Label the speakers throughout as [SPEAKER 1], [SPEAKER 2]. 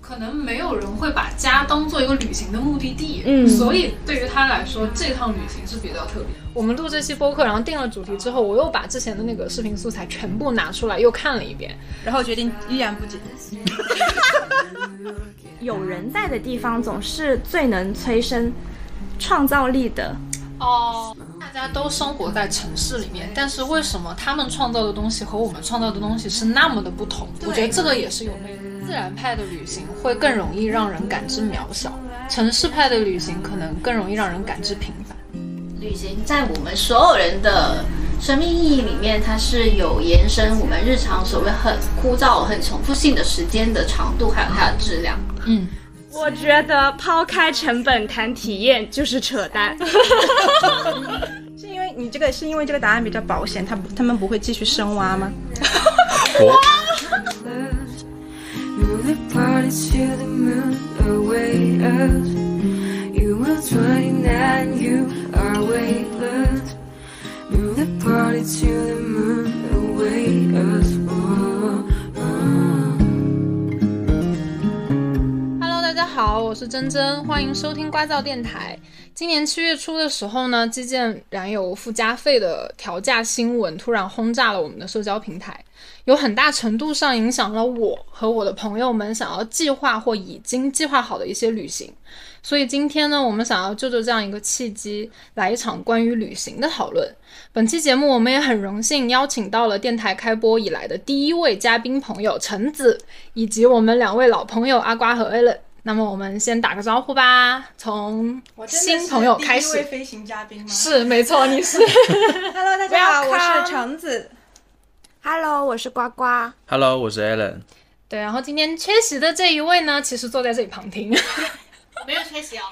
[SPEAKER 1] 可能没有人会把家当做一个旅行的目的地，
[SPEAKER 2] 嗯
[SPEAKER 1] 所以对于他来说，这趟旅行是比较特别的。
[SPEAKER 2] 我们录这期播客，然后定了主题之后，我又把之前的那个视频素材全部拿出来又看了一遍。
[SPEAKER 3] 然后决定依然不剪。
[SPEAKER 4] 有人在的地方总是最能催生创造力的。
[SPEAKER 1] 哦，大家都生活在城市里面，但是为什么他们创造的东西和我们创造的东西是那么的不同？我觉得这个也是有魅力。自然派的旅行会更容易让人感知渺小，城市派的旅行可能更容易让人感知平凡。
[SPEAKER 5] 旅行在我们所有人的生命意义里面，它是有延伸我们日常所谓很枯燥、很重复性的时间的长度，还有它的质量。
[SPEAKER 1] 嗯，
[SPEAKER 4] 我觉得抛开成本谈体验就是扯淡。
[SPEAKER 3] 是因为你这个是因为这个答案比较保险，他不他们不会继续深挖吗？
[SPEAKER 6] 我
[SPEAKER 7] Move the party to the moon, away up. You are 29, you are weightless. Move the party to the moon, away us. Oh, oh.
[SPEAKER 2] Hello，大家好，我是珍珍，欢迎收听瓜噪电台。今年七月初的时候呢，基建燃油附加费的调价新闻突然轰炸了我们的社交平台，有很大程度上影响了我和我的朋友们想要计划或已经计划好的一些旅行。所以今天呢，我们想要就着这样一个契机，来一场关于旅行的讨论。本期节目我们也很荣幸邀请到了电台开播以来的第一位嘉宾朋友橙子，以及我们两位老朋友阿瓜和 a l n 那么我们先打个招呼吧，从新朋友开始。
[SPEAKER 3] 飞行嘉宾吗
[SPEAKER 2] 是，没错，你是
[SPEAKER 3] Hello，大家好，我是橙子。
[SPEAKER 4] Hello，我是呱呱。
[SPEAKER 6] Hello，我是 Alan。
[SPEAKER 2] 对。然后今天缺席的这一位呢，其实坐在这里旁听。
[SPEAKER 5] 没有缺席哦。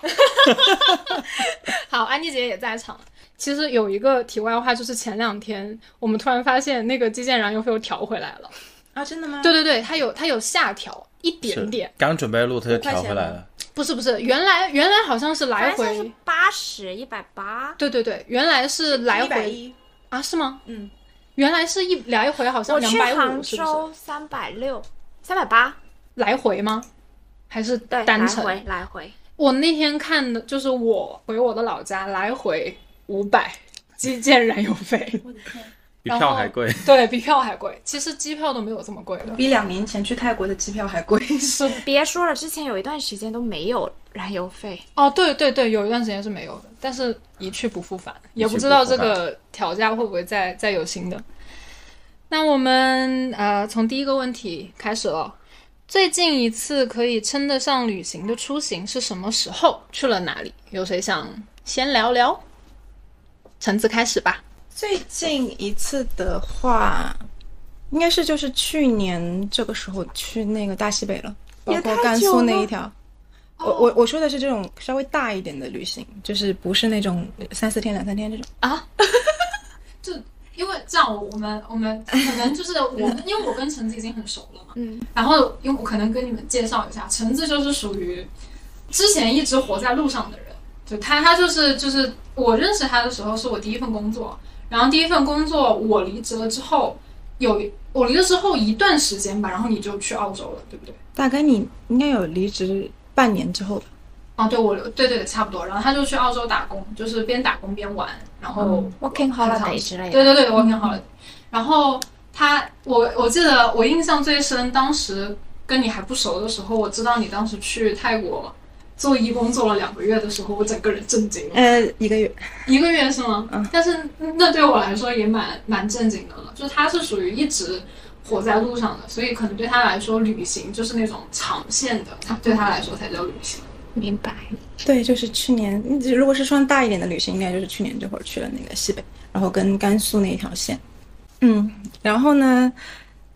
[SPEAKER 2] 好，安妮姐也在场。其实有一个题外话，就是前两天我们突然发现那个基建燃油费又调回来了。
[SPEAKER 3] 啊，真的吗？
[SPEAKER 2] 对对对，它有它有下调一点点
[SPEAKER 6] 是，刚准备录，他就调回来了。
[SPEAKER 2] 不是不是，原来原来好像是来
[SPEAKER 4] 反正是
[SPEAKER 2] 回，
[SPEAKER 4] 八十一百八。
[SPEAKER 2] 对对对，原来是来回
[SPEAKER 3] 一，
[SPEAKER 2] 啊？是吗？
[SPEAKER 3] 嗯，
[SPEAKER 2] 原来是一来回好像
[SPEAKER 4] 我
[SPEAKER 2] 两
[SPEAKER 4] 去
[SPEAKER 2] 百
[SPEAKER 4] 杭
[SPEAKER 2] 五，是不是？
[SPEAKER 4] 州三百六，三百八。
[SPEAKER 2] 来回吗？还是
[SPEAKER 4] 对，
[SPEAKER 2] 单
[SPEAKER 4] 来
[SPEAKER 2] 程？
[SPEAKER 4] 回来回。
[SPEAKER 2] 我那天看的就是我回我的老家来回五百基建燃油费，
[SPEAKER 6] 比
[SPEAKER 2] 然后
[SPEAKER 6] 票还贵，
[SPEAKER 2] 对比票还贵。其实机票都没有这么贵的。
[SPEAKER 3] 比两年前去泰国的机票还 贵。
[SPEAKER 2] 是
[SPEAKER 4] 别说了，之前有一段时间都没有燃油费。
[SPEAKER 2] 哦，对对对，有一段时间是没有的，但是一去不复返，也不知道这个调价会不会再再有新的。那我们呃，从第一个问题开始了。最近一次可以称得上旅行的出行是什么时候？去了哪里？有谁想先聊聊？橙子开始吧。
[SPEAKER 3] 最近一次的话，应该是就是去年这个时候去那个大西北了，哦包括甘肃那一条。我我我说的是这种稍微大一点的旅行，就是不是那种三四天、两三天这种。
[SPEAKER 1] 因为这样，我们我们可能就是我，因为我跟橙子已经很熟了嘛，
[SPEAKER 4] 嗯，
[SPEAKER 1] 然后因为我可能跟你们介绍一下，橙子就是属于之前一直活在路上的人，就他他就是就是我认识他的时候是我第一份工作，然后第一份工作我离职了之后，有我离了之后一段时间吧，然后你就去澳洲了，对不对？
[SPEAKER 3] 大概你应该有离职半年之后吧。
[SPEAKER 1] 哦，对，我对对对，差不多。然后他就去澳洲打工，就是边打工边玩，然后
[SPEAKER 4] Working
[SPEAKER 1] 很长
[SPEAKER 4] holiday 之类的。
[SPEAKER 1] 对对对，我挺好的。然后他，我我记得我印象最深，当时跟你还不熟的时候，我知道你当时去泰国做义工做了两个月的时候，我整个人震惊了。
[SPEAKER 3] 呃，一个月。
[SPEAKER 1] 一个月是吗？
[SPEAKER 3] 嗯
[SPEAKER 1] 但是那对我来说也蛮蛮震惊的了，就他是属于一直活在路上的，所以可能对他来说，旅行就是那种长线的，他对他来说才叫旅行。
[SPEAKER 4] 明白。
[SPEAKER 3] 对，就是去年，嗯如果是算大一点的旅行，应该就是去年这会儿去了那个西北，然后跟甘肃那一条线。嗯，然后呢，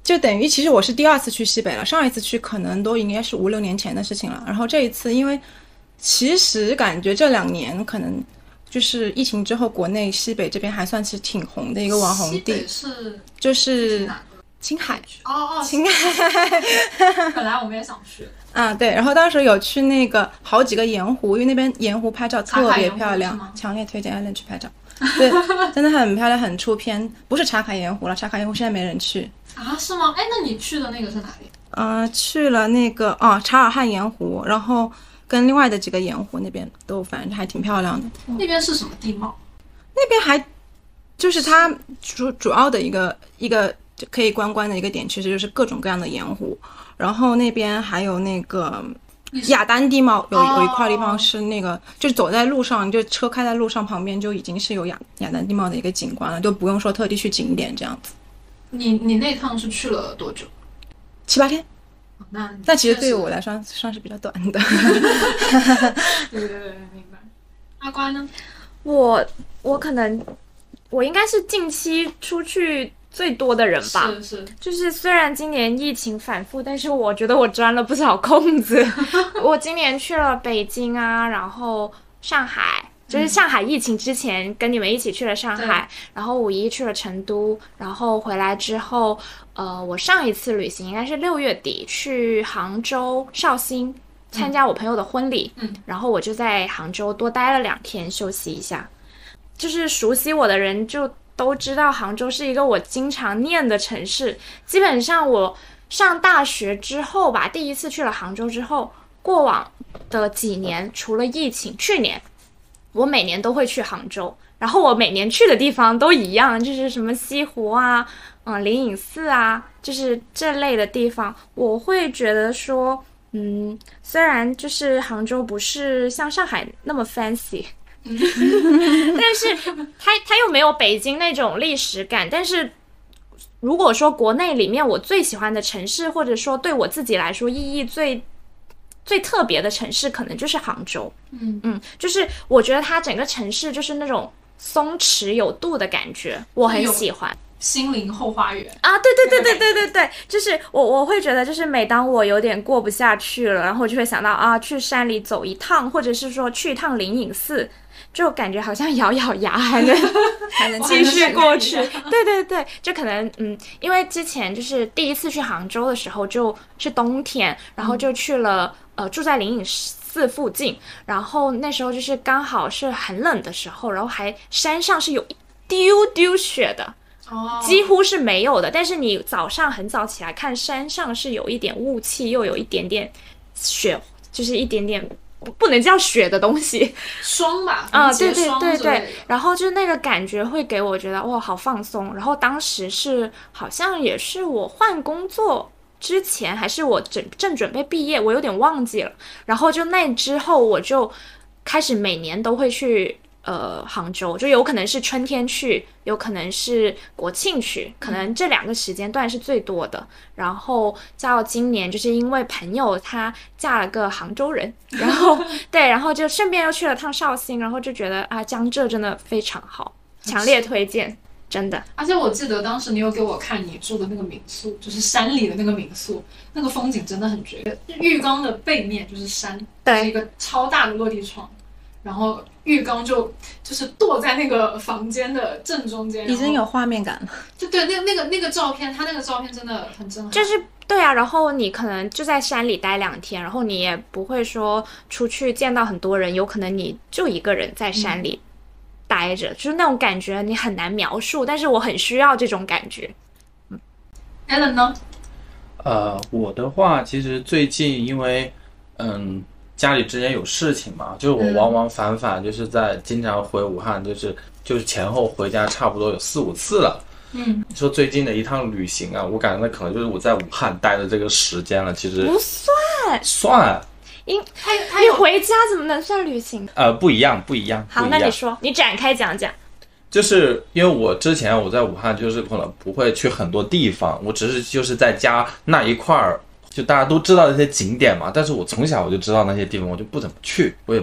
[SPEAKER 3] 就等于其实我是第二次去西北了，上一次去可能都应该是五六年前的事情了。然后这一次，因为其实感觉这两年可能就是疫情之后，国内西北这边还算是挺红的一个网红
[SPEAKER 1] 西
[SPEAKER 3] 地
[SPEAKER 1] 北，是
[SPEAKER 3] 就是
[SPEAKER 1] 哪个？
[SPEAKER 3] 青海。
[SPEAKER 1] 哦哦，
[SPEAKER 3] 青海
[SPEAKER 1] 本来我们也想去，
[SPEAKER 3] 啊，对，然后当时有去那个好几个盐湖，因为那边盐湖拍照特
[SPEAKER 1] 海
[SPEAKER 3] 别
[SPEAKER 1] 盐湖
[SPEAKER 3] 漂
[SPEAKER 1] 是
[SPEAKER 3] 亮
[SPEAKER 1] 吗，
[SPEAKER 3] 强烈推荐 Allen 去拍照。 对，真的很漂亮，很出片。不是茶卡盐湖了，茶卡盐湖现在没人去。
[SPEAKER 1] 啊，是吗？哎，那你去的那个是哪里？
[SPEAKER 3] 嗯、去了那个啊，查尔汗盐湖，然后跟另外的几个盐湖那边都反正还挺漂亮的。
[SPEAKER 4] 嗯
[SPEAKER 1] 那边是什么地貌？
[SPEAKER 3] 那边还就是它主主要的一个一个就可以观光的一个点，其实就是各种各样的盐湖。然后那边还有那个雅丹地貌，有有一块地方是那
[SPEAKER 1] 哦
[SPEAKER 3] 个，就是走在路上，就车开在路上旁边就已经是有雅雅丹地貌的一个景观了，就不用说特地去景点这样子。
[SPEAKER 1] 你你那趟是去了多久？
[SPEAKER 3] 七八天，
[SPEAKER 4] 哦
[SPEAKER 1] 那
[SPEAKER 3] 但其实对于
[SPEAKER 1] 确
[SPEAKER 3] 我来说算是比较短的。
[SPEAKER 1] 对对对，明白。阿瓜呢？
[SPEAKER 4] 我我可能我应该是近期出去最多的人吧。
[SPEAKER 1] 是是，
[SPEAKER 4] 就是虽然今年疫情反复，但是我觉得我钻了不少空子。我今年去了北京啊，然后上海，就是上海疫情之前跟你们一起去了上海，然后五一去了成都，然后回来之后，呃，我上一次旅行应该是六月底去杭州绍兴参加我朋友的婚礼，
[SPEAKER 1] 嗯，
[SPEAKER 4] 然后我就在杭州多待了两天休息一下。就是熟悉我的人就都知道，杭州是一个我经常念的城市。基本上我上大学之后吧，第一次去了杭州之后，过往的几年除了疫情，去年我每年都会去杭州，然后我每年去的地方都一样，就是什么西湖啊，嗯，灵隐寺啊，就是这类的地方，我会觉得说。嗯，虽然就是杭州不是像上海那么 fancy，但是它它又没有北京那种历史感。但是如果说国内里面我最喜欢的城市，或者说对我自己来说意义最最特别的城市，可能就是杭州。
[SPEAKER 1] 嗯
[SPEAKER 4] 嗯，就是我觉得它整个城市就是那种松弛有度的感觉，我很
[SPEAKER 1] 有
[SPEAKER 4] 喜欢。
[SPEAKER 1] 心灵后花园。
[SPEAKER 4] 啊，对对对对对对对，就是我我会觉得，就是每当我有点过不下去了，然后我就会想到啊，去山里走一趟，或者是说去一趟灵隐寺，就感觉好像咬咬牙还能还 能嗯继续过去。对对对，就可能嗯，因为之前就是第一次去杭州的时候，就是冬天，然后就去了、呃住在灵隐寺附近，然后那时候就是刚好是很冷的时候，然后还山上是有一丢丢雪的。
[SPEAKER 1] 哦，
[SPEAKER 4] 几乎是没有的。但是你早上很早起来看，山上是有一点雾气，又有一点点雪，就是一点点不不能叫雪的东西
[SPEAKER 1] 霜吧？
[SPEAKER 4] 啊、
[SPEAKER 1] 蝴
[SPEAKER 4] 对
[SPEAKER 1] 蝶
[SPEAKER 4] 对
[SPEAKER 1] 霜
[SPEAKER 4] 对
[SPEAKER 1] 之类
[SPEAKER 4] 对
[SPEAKER 1] 的。
[SPEAKER 4] 然后就是那个感觉会给我觉得哇，好放松。然后当时是好像也是我换工作。之前还是我正正准备毕业，我有点忘记了。然后就那之后，我就开始每年都会去呃杭州，就有可能是春天去，有可能是国庆去，
[SPEAKER 1] 嗯
[SPEAKER 4] 可能这两个时间段是最多的。然后到今年，就是因为朋友她嫁了个杭州人，然后对，然后就顺便又去了趟绍兴，然后就觉得啊，江浙真的非常好，强烈推荐，真的。
[SPEAKER 1] 而且我记得当时你有给我看你住的那个民宿，就是山里的那个民宿，那个风景真的很绝。浴缸的背面就是山，
[SPEAKER 4] 对
[SPEAKER 1] 是一个超大的落地窗，然后浴缸就就是躲在那个房间的正中间，
[SPEAKER 3] 已经
[SPEAKER 1] 然后
[SPEAKER 3] 有画面感了，
[SPEAKER 1] 就对那那个那个照片，他那个照片真的很震撼。
[SPEAKER 4] 就是对啊，然后你可能就在山里待两天，然后你也不会说出去见到很多人，有可能你就一个人在山里待着，就是那种感觉你很难描述，但是我很需要这种感觉。
[SPEAKER 1] Allen 呢？
[SPEAKER 6] 呃，我的话，其实最近因为，嗯，家里之前有事情嘛，就是我往往返返，就是在经常回武汉，就是就是前后回家差不多有四五次了。
[SPEAKER 1] 嗯，
[SPEAKER 6] 说最近的一趟旅行啊，我感觉那可能就是我在武汉待的这个时间了，其实
[SPEAKER 4] 不算，
[SPEAKER 6] 算
[SPEAKER 1] 他他
[SPEAKER 4] 你
[SPEAKER 1] 有
[SPEAKER 4] 哎回家怎么能算旅行？
[SPEAKER 6] 呃不一样，不一样，不
[SPEAKER 4] 好，
[SPEAKER 6] 一
[SPEAKER 4] 那你
[SPEAKER 6] 样。
[SPEAKER 4] 说，你展开讲讲。
[SPEAKER 6] 就是因为我之前我在武汉，就是可能不会去很多地方，我只是就是在家那一块儿，就大家都知道那些景点嘛。但是我从小我就知道那些地方，我就不怎么去，我也。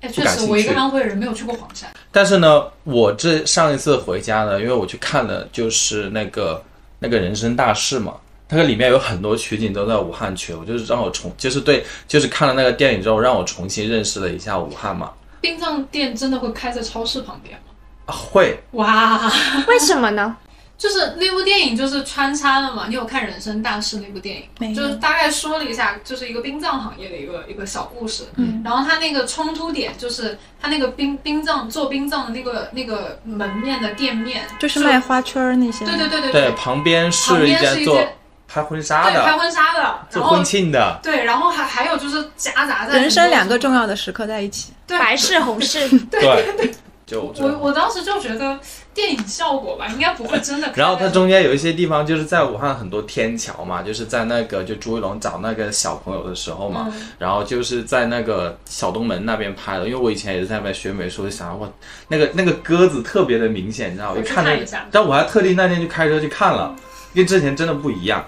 [SPEAKER 1] 哎，
[SPEAKER 6] 不
[SPEAKER 1] 确
[SPEAKER 6] 感
[SPEAKER 1] 实
[SPEAKER 6] 兴
[SPEAKER 1] 我一个
[SPEAKER 6] 趣
[SPEAKER 1] 安徽人没有去过黄山，
[SPEAKER 6] 但是呢，我这上一次回家呢，因为我去看了就是那个那个人生大事嘛，那个里面有很多取景都在武汉取，我就是让我重就是对就是看了那个电影之后，让我重新认识了一下武汉嘛。
[SPEAKER 1] 殡葬店真的会开在超市旁边吗？
[SPEAKER 6] 啊会，
[SPEAKER 1] 哇，
[SPEAKER 4] 为什么呢？
[SPEAKER 1] 就是那部电影就是穿插了嘛，你有看《人生大事》那部电
[SPEAKER 3] 没有
[SPEAKER 1] 影，就是大概说了一下，就是一个殡葬行业的一个一个小故事。嗯，然后它那个冲突点就是它那个殡殡葬做殡葬的那个那个门面的店面，
[SPEAKER 3] 就是卖花圈儿那些。
[SPEAKER 1] 对对对对
[SPEAKER 6] 对，旁边是一
[SPEAKER 1] 旁边是
[SPEAKER 6] 间
[SPEAKER 1] 一
[SPEAKER 6] 做
[SPEAKER 1] 间
[SPEAKER 6] 拍婚纱
[SPEAKER 1] 对拍
[SPEAKER 6] 的、
[SPEAKER 1] 婚纱的，然
[SPEAKER 6] 做
[SPEAKER 1] 后
[SPEAKER 6] 婚庆的，
[SPEAKER 1] 对，然后还还有就是夹杂在很
[SPEAKER 3] 人生
[SPEAKER 1] 多
[SPEAKER 3] 两个重要的时刻在一起，
[SPEAKER 1] 对
[SPEAKER 4] 白事红事，
[SPEAKER 6] 对， 就这
[SPEAKER 1] 我
[SPEAKER 6] 样。。
[SPEAKER 1] 我当时就觉得电影效果吧，应该不会真的
[SPEAKER 6] 然后它
[SPEAKER 1] 他
[SPEAKER 6] 中间有一些地方，就是在武汉很多天桥嘛，就是在那个就朱一龙找那个小朋友的时
[SPEAKER 1] 嗯
[SPEAKER 6] 候
[SPEAKER 1] 哦
[SPEAKER 6] 嘛，然后就是在那个小东门那边拍的，因为我以前也是在那边学美术，就想哇，那个那个鸽子特别的明显，你知道吗？
[SPEAKER 1] 我
[SPEAKER 6] 一
[SPEAKER 1] 去
[SPEAKER 6] 看那
[SPEAKER 1] 看
[SPEAKER 6] 个
[SPEAKER 1] 一下，
[SPEAKER 6] 但我还特地那天去开车去看了，跟之前真的不一样。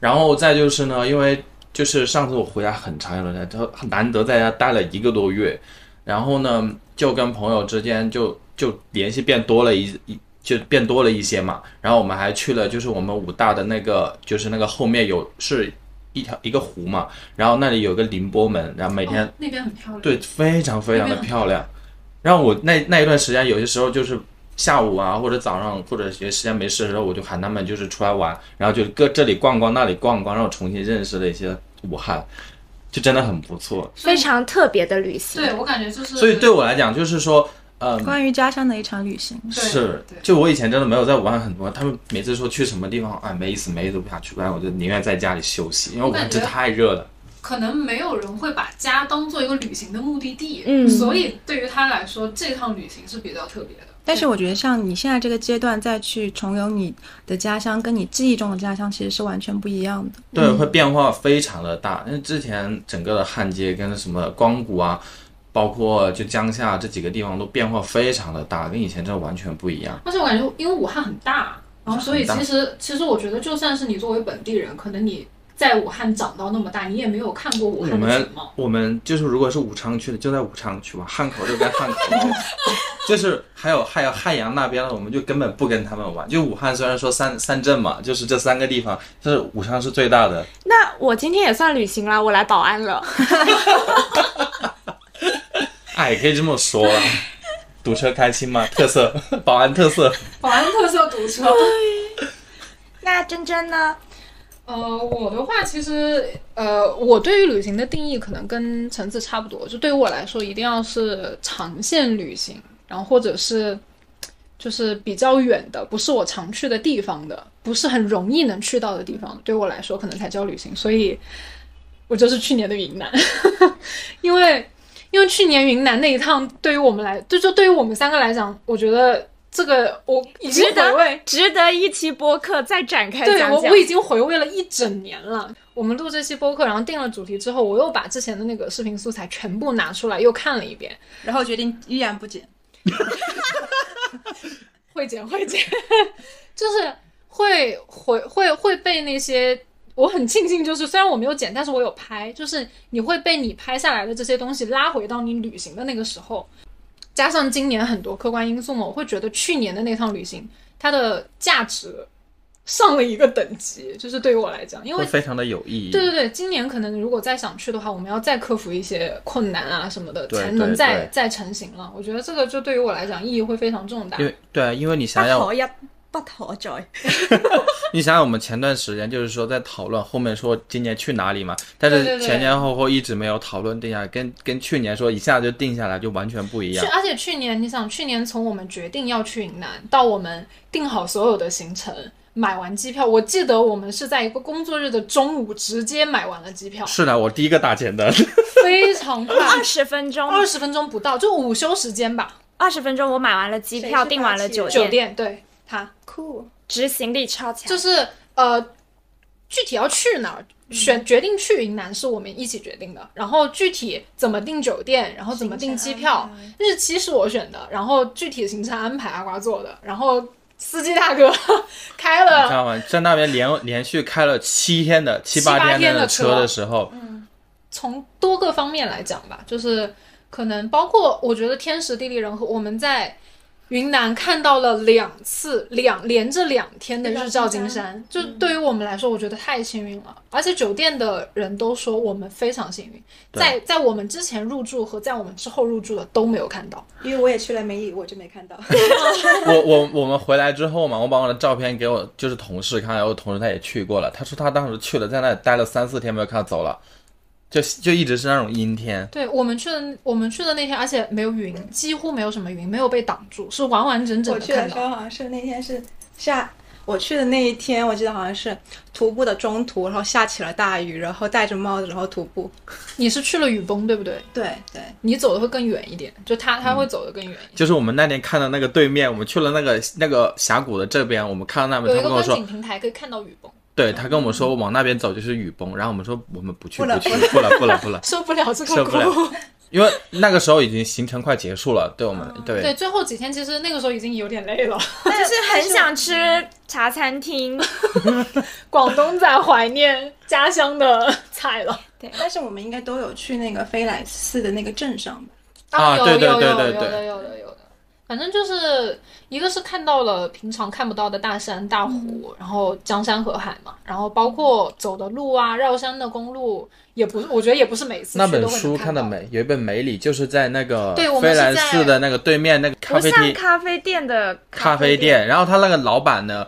[SPEAKER 6] 然后再就是呢，因为就是上次我回家很长一段时间，就很难得在家待了一个多月，然后呢，就跟朋友之间就就联系变多了一一。就变多了一些嘛，然后我们还去了，就是我们武大的那个，就是那个后面有是一条一个湖嘛，然后那里有个凌波门，然后每天、
[SPEAKER 1] 哦、那边很漂亮，
[SPEAKER 6] 对，非常非常的
[SPEAKER 1] 那边
[SPEAKER 6] 漂亮。然后我那那一段时间，有些时候就是下午啊，或者早上，或者有些时间没事的时候，我就喊他们就是出来玩，然后就各这里逛逛，那里逛逛，让我重新认识了一些武汉，就真的很不错。
[SPEAKER 4] 非常特别的旅行。
[SPEAKER 1] 对我感觉就是，
[SPEAKER 6] 所以对我来讲，就是说，嗯，
[SPEAKER 3] 关于家乡的一场旅行。
[SPEAKER 1] 对
[SPEAKER 6] 是
[SPEAKER 1] 对，
[SPEAKER 6] 就我以前真的没有在武汉很多，他们每次说去什么地方，哎，没意思，没意思，不想去，不然我就宁愿在家里休息，因为武汉真的太热了。
[SPEAKER 1] 可能没有人会把家当做一个旅行的目的地，
[SPEAKER 4] 嗯
[SPEAKER 1] 所以对于他来说，这趟旅行是比较特别的。
[SPEAKER 3] 但是我觉得，像你现在这个阶段再去重游你的家乡，跟你记忆中的家乡其实是完全不一样的。
[SPEAKER 6] 对，
[SPEAKER 2] 嗯
[SPEAKER 6] 会变化非常的大。因为之前整个的汉街跟什么光谷啊，包括就江夏这几个地方都变化非常的大，跟以前真的完全不一样。
[SPEAKER 1] 而且我感觉，因为武汉很大，然后所以其实其实我觉得，就算是你作为本地人，可能你在武汉长到那么大，你也没有看过武
[SPEAKER 6] 我
[SPEAKER 1] 汉的
[SPEAKER 6] 们
[SPEAKER 1] 全貌。
[SPEAKER 6] 我们就是如果是武昌区的，就在武昌区嘛，汉口就跟汉口 玩，就是还有还有汉阳那边的，我们就根本不跟他们玩。就武汉虽然说三三镇嘛，就是这三个地方，就是武昌是最大的，
[SPEAKER 4] 那我今天也算旅行啦，我来保安了。
[SPEAKER 6] 哎，可以这么说了。堵车开心嘛，特色， 保安特色。
[SPEAKER 1] 保安特色堵车。
[SPEAKER 4] 那珍珍呢？
[SPEAKER 2] 呃，我的话其实，呃，我对于旅行的定义可能跟橙子差不多，就对于我来说，一定要是长线旅行，然后或者是就是比较远的，不是我常去的地方的，不是很容易能去到的地方，对我来说可能才叫旅行。所以，我就是去年的云南， 因为因为去年云南那一趟，对于我们来，就就对于我们三个来讲，我觉得这个我已经
[SPEAKER 4] 值
[SPEAKER 2] 回味
[SPEAKER 4] 得值得一期播客再展开
[SPEAKER 2] 对
[SPEAKER 4] 讲
[SPEAKER 2] 我
[SPEAKER 4] 讲。
[SPEAKER 2] 我已经回味了一整年了。我们录这期播客，然后定了主题之后，我又把之前的那个视频素材全部拿出来又看了一遍，
[SPEAKER 3] 然后决定依然不减。
[SPEAKER 2] 会剪会剪， 就是会会会会被那些。我很庆幸，就是虽然我没有剪，但是我有拍，就是你会被你拍下来的这些东西拉回到你旅行的那个时候，加上今年很多客观因素嘛，我会觉得去年的那趟旅行它的价值上了一个等级，就是对于我来讲，因为
[SPEAKER 6] 会非常的有意义。
[SPEAKER 2] 对对对，今年可能如果再想去的话，我们要再克服一些困难啊什么的，
[SPEAKER 6] 对
[SPEAKER 2] 才
[SPEAKER 6] 对
[SPEAKER 2] 能再
[SPEAKER 6] 对
[SPEAKER 2] 再成型了。我觉得这个就对于我来讲意义会非常重大
[SPEAKER 6] 因。为对啊，因为你想想，
[SPEAKER 3] 一不可再。
[SPEAKER 6] 啊你想想，我们前段时间就是说在讨论后面说今年去哪里嘛，但是
[SPEAKER 2] 对对对
[SPEAKER 6] 前前后后一直没有讨论定下来，跟跟去年说一下就定下来就完全不一
[SPEAKER 2] 去，
[SPEAKER 6] 样。，
[SPEAKER 2] 而且去年你想，去年从我们决定要去云南到我们定好所有的行程，买完机票，我记得我们是在一个工作日的中午直接买完了机票
[SPEAKER 6] 是的，我第一个打钱的，
[SPEAKER 2] 非常快，
[SPEAKER 4] 二十分钟，
[SPEAKER 2] 二十分钟不到，就午休时间吧，
[SPEAKER 4] 二十分钟，我买完了机票，
[SPEAKER 5] 谁是
[SPEAKER 4] 订完了
[SPEAKER 5] 发起
[SPEAKER 4] 酒
[SPEAKER 5] 人
[SPEAKER 2] 酒店
[SPEAKER 4] 店，
[SPEAKER 2] 对他。
[SPEAKER 3] 酷，
[SPEAKER 4] 执行力超强。
[SPEAKER 2] 就是呃，具体要去哪儿，选决定去云南是我们一起决定的，然后具体怎么订酒店，然后怎么订机票，日期是我选的，然后具体的行程安排阿瓜做的，然后司机大哥 开
[SPEAKER 6] 你知
[SPEAKER 2] 了。
[SPEAKER 6] 道吗？在那边连连续开了七天的七
[SPEAKER 2] 七八
[SPEAKER 6] 八
[SPEAKER 2] 天
[SPEAKER 6] 的
[SPEAKER 2] 的
[SPEAKER 6] 车
[SPEAKER 2] 车嗯
[SPEAKER 6] 的时候，
[SPEAKER 2] 从多个方面来讲吧，就是可能包括我觉得天时地利人和，我们在云南看到了两次两连着两天的日照金山，嗯就对于我们来说，我觉得太幸运了。而且酒店的人都说我们非常幸运，
[SPEAKER 6] 对
[SPEAKER 2] 在在我们之前入住和在我们之后入住的都没有看到。
[SPEAKER 3] 因为我也去了梅里，我就没看到。
[SPEAKER 6] 我我我们回来之后嘛，我把我的照片给我就是同事看，然后同事他也去过了，他说他当时去了，在那里待了三四天没有看到走了，就就一直是那种阴天，
[SPEAKER 2] 对我们去的我们去的那天，而且没有云，几乎没有什么云，没有被挡住，是完完整整
[SPEAKER 3] 我
[SPEAKER 2] 的
[SPEAKER 3] 去的
[SPEAKER 2] 看
[SPEAKER 3] 时
[SPEAKER 2] 到。
[SPEAKER 3] 候好像是那天是下，我去的那一天，我记得好像是徒步的中途，然后下起了大雨，然后戴着帽子，然后徒步。
[SPEAKER 2] 你是去了雨崩，对不对？
[SPEAKER 3] 对对，
[SPEAKER 2] 你走的会更远一点，就他他会走得更远一点。
[SPEAKER 6] 就是我们那天看到那个对面，我们去了那个那个峡谷的这边，我们看到那边，
[SPEAKER 2] 有一
[SPEAKER 6] 他
[SPEAKER 2] 个
[SPEAKER 6] 们跟
[SPEAKER 2] 观
[SPEAKER 6] 我说
[SPEAKER 2] 景，平台可以看到雨崩，
[SPEAKER 6] 对他跟我们说往那边走就是雨崩，然后我们说我们不去
[SPEAKER 3] 不了
[SPEAKER 6] 去不了不了不了，
[SPEAKER 2] 受不了这个
[SPEAKER 6] 受不了
[SPEAKER 2] 苦。
[SPEAKER 6] 因为那个时候已经行程快结束了，对我们对
[SPEAKER 2] 对，最后几天其实那个时候已经有点累了。
[SPEAKER 4] 就是很想吃茶餐厅，
[SPEAKER 2] 广东在怀念家乡的菜了。
[SPEAKER 3] 对，但是我们应该都有去那个飞来寺的那个镇上吧？
[SPEAKER 6] 啊
[SPEAKER 2] 有
[SPEAKER 6] 对对
[SPEAKER 2] 有
[SPEAKER 6] 对
[SPEAKER 2] 有
[SPEAKER 6] 对
[SPEAKER 2] 有
[SPEAKER 6] 对
[SPEAKER 2] 的有的有的，反正就是一个是看到了平常看不到的大山大湖，然后江山河海嘛，然后包括走的路啊，绕山的公路，也不是我觉得也不是每次
[SPEAKER 6] 那
[SPEAKER 2] 去
[SPEAKER 6] 本
[SPEAKER 2] 都会
[SPEAKER 6] 书
[SPEAKER 2] 能
[SPEAKER 6] 看
[SPEAKER 2] 到
[SPEAKER 6] 的。美，有一本美里，就是在那个
[SPEAKER 2] 对我们
[SPEAKER 6] 飞
[SPEAKER 2] 是
[SPEAKER 6] 来
[SPEAKER 2] 在
[SPEAKER 6] 寺的那个对面那个咖
[SPEAKER 4] 不
[SPEAKER 6] 啡
[SPEAKER 4] 像
[SPEAKER 6] 厅
[SPEAKER 4] 咖啡店的
[SPEAKER 6] 咖啡
[SPEAKER 4] 店。
[SPEAKER 6] 店，然后他那个老板呢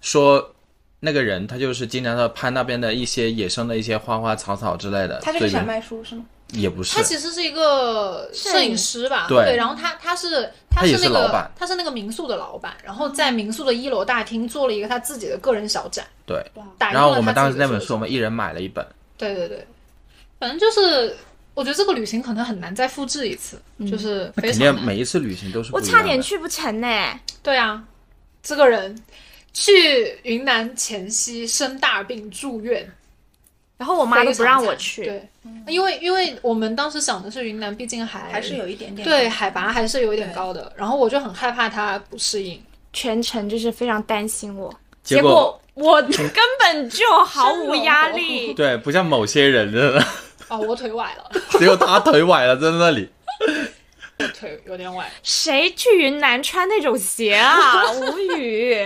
[SPEAKER 6] 说，那个人他就是经常的拍那边的一些野生的一些花花草草之类的，
[SPEAKER 3] 他就
[SPEAKER 6] 对
[SPEAKER 3] 是想
[SPEAKER 6] 人
[SPEAKER 3] 卖书是吗？
[SPEAKER 6] 也不是
[SPEAKER 2] 他，其实是一个摄影师吧，
[SPEAKER 6] 对
[SPEAKER 2] 然后他他是
[SPEAKER 6] 他也
[SPEAKER 2] 是
[SPEAKER 6] 是
[SPEAKER 2] 那
[SPEAKER 6] 老
[SPEAKER 2] 个
[SPEAKER 6] 板
[SPEAKER 2] 他是那个民宿的老板，然后在民宿的一楼大厅做了一个他自己的个人小展，
[SPEAKER 6] 对。
[SPEAKER 2] 打印
[SPEAKER 6] 然后
[SPEAKER 2] 了
[SPEAKER 6] 我们
[SPEAKER 2] 他
[SPEAKER 6] 当
[SPEAKER 2] 自
[SPEAKER 6] 时
[SPEAKER 2] 己
[SPEAKER 6] 那
[SPEAKER 2] 的
[SPEAKER 6] 本
[SPEAKER 2] 作
[SPEAKER 6] 书，我们一人买了一本，
[SPEAKER 2] 对对对，反正就是，我觉得这个旅行可能很难再复制一次，
[SPEAKER 4] 嗯
[SPEAKER 2] 就是
[SPEAKER 6] 那
[SPEAKER 2] 非
[SPEAKER 6] 肯
[SPEAKER 2] 常难
[SPEAKER 6] 定每一次旅行都是不
[SPEAKER 4] 我
[SPEAKER 6] 一
[SPEAKER 4] 差
[SPEAKER 6] 样
[SPEAKER 4] 点
[SPEAKER 6] 的。
[SPEAKER 4] 去不成呢、
[SPEAKER 2] 对啊，这个人去云南前夕生大病住院，
[SPEAKER 4] 然后我妈都不让我
[SPEAKER 2] 非常
[SPEAKER 4] 去。
[SPEAKER 2] 惨。对，因为因为我们当时想的是云南，毕竟还
[SPEAKER 3] 还是有一点点
[SPEAKER 2] 对海拔还是有一点高的，然后我就很害怕他不适应。
[SPEAKER 4] 全程就是非常担心我，
[SPEAKER 6] 结
[SPEAKER 4] 结
[SPEAKER 6] 果
[SPEAKER 4] 果我 根本就毫无压力。
[SPEAKER 6] 对，不像某些人真的，
[SPEAKER 2] 哦，我腿崴了，
[SPEAKER 6] 只有他腿崴了，在那里。
[SPEAKER 2] 我腿有点崴。
[SPEAKER 4] 谁去云南穿那种鞋啊？ 无语。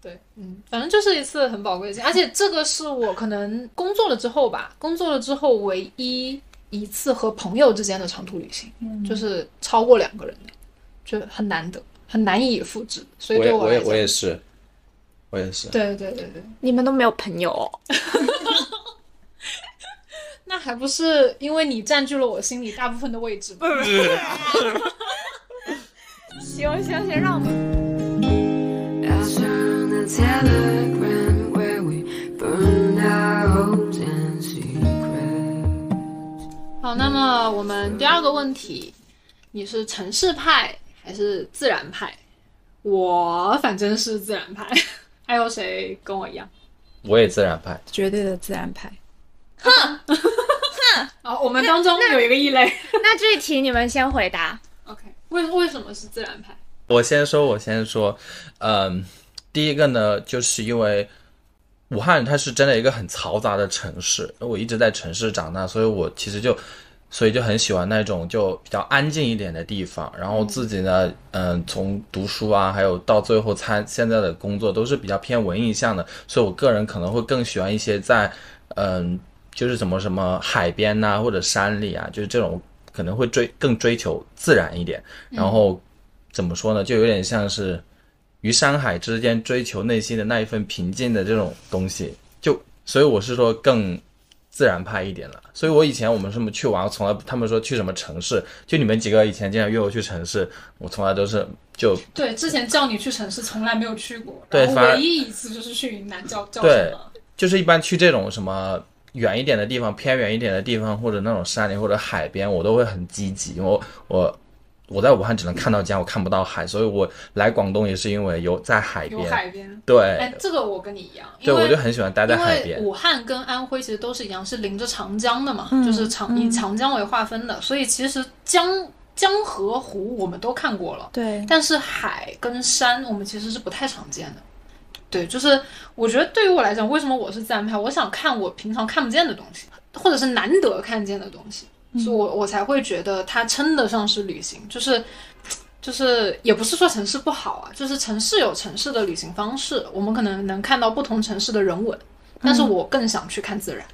[SPEAKER 2] 对，嗯，反正就是一次很宝贵的经历，而且这个是我可能工作了之后吧，工作了之后唯一一次和朋友之间的长途旅行，就是超过两个人的，就很难得，很难以复制。所以
[SPEAKER 6] 我也
[SPEAKER 2] 对
[SPEAKER 6] 我
[SPEAKER 2] 来
[SPEAKER 6] 也
[SPEAKER 2] 讲，
[SPEAKER 6] 我也是，我也是。
[SPEAKER 2] 对对对对，
[SPEAKER 4] 你们都没有朋友哦、
[SPEAKER 2] 那还不是因为你占据了我心里大部分的位置吗？
[SPEAKER 4] 行行行，让我们
[SPEAKER 7] I found a telegram where we burned our hopes and secrets.
[SPEAKER 2] 好，那么我们第二个问题，你是城市派还是自然派？我反正是自然派， 还有谁跟我一样？
[SPEAKER 6] 我也自然派，
[SPEAKER 3] 绝对的自然派。
[SPEAKER 2] 啊，我们当中有一个异类。
[SPEAKER 4] 那这一题你们先回答。
[SPEAKER 2] OK，为为什么是自然派？
[SPEAKER 6] 我先说，我先说，嗯，第一个呢，就是因为武汉它是真的一个很嘈杂的城市，我一直在城市长大，所以我其实就，所以就很喜欢那种就比较安静一点的地方。然后自己呢，嗯，从读书啊，还有到最后参现在的工作，都是比较偏文艺向的，所以我个人可能会更喜欢一些在，嗯，就是什么什么海边呐、或者山里啊，就是这种可能会追更追求自然一点，
[SPEAKER 2] 嗯
[SPEAKER 6] 然后。怎么说呢，就有点像是与山海之间追求内心的那一份平静的这种东西。就所以我是说更自然派一点了。所以我以前我们什么去玩，从来他们说去什么城市，就你们几个以前经常约我去城市，我从来都是就
[SPEAKER 2] 对，之前叫你去城市，从来没有去过，
[SPEAKER 6] 对
[SPEAKER 2] 然后
[SPEAKER 6] 反而
[SPEAKER 2] 唯一一次就是去云南叫叫什
[SPEAKER 6] 对
[SPEAKER 2] 么？
[SPEAKER 6] 就是一般去这种什么远一点的地方、偏远一点的地方，或者那种山里或者海边，我都会很积极。因为我我我在武汉只能看到江，我看不到海，所以我来广东也是因为有在海
[SPEAKER 2] 有
[SPEAKER 6] 边。
[SPEAKER 2] 海边。哎
[SPEAKER 6] 对，
[SPEAKER 2] 这个我跟你一样，因
[SPEAKER 6] 对
[SPEAKER 2] 为
[SPEAKER 6] 我就很喜欢待在海
[SPEAKER 2] 因为
[SPEAKER 6] 边。
[SPEAKER 2] 武汉跟安徽其实都是一样，是临着长江的嘛，就是长以长江为划分的，所以其实江江河湖我们都看过了，
[SPEAKER 3] 对，
[SPEAKER 2] 但是海跟山我们其实是不太常见的。对，就是我觉得对于我来讲，为什么我是自然派？我想看我平常看不见的东西，或者是难得看见的东西，所以我我才会觉得它称得上是旅行。就是就是也不是说城市不好啊，就是城市有城市的旅行方式，我们可能能看到不同城市的人文，但是我更想去看自然。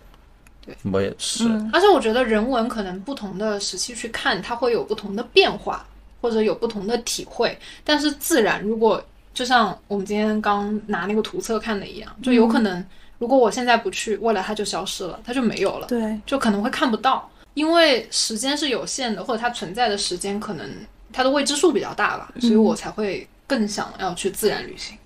[SPEAKER 6] 我也是，
[SPEAKER 2] 而且我觉得人文可能不同的时期去看，它会有不同的变化，或者有不同的体会。但是自然，如果就像我们今天刚拿那个图册看的一样，就有可能，如果我现在不去，未来它就消失了，它就没有了，
[SPEAKER 3] 对，
[SPEAKER 2] 就可能会看不到，因为时间是有限的，或者它存在的时间可能它的未知数比较大吧，所以我才会更想要去自然旅行。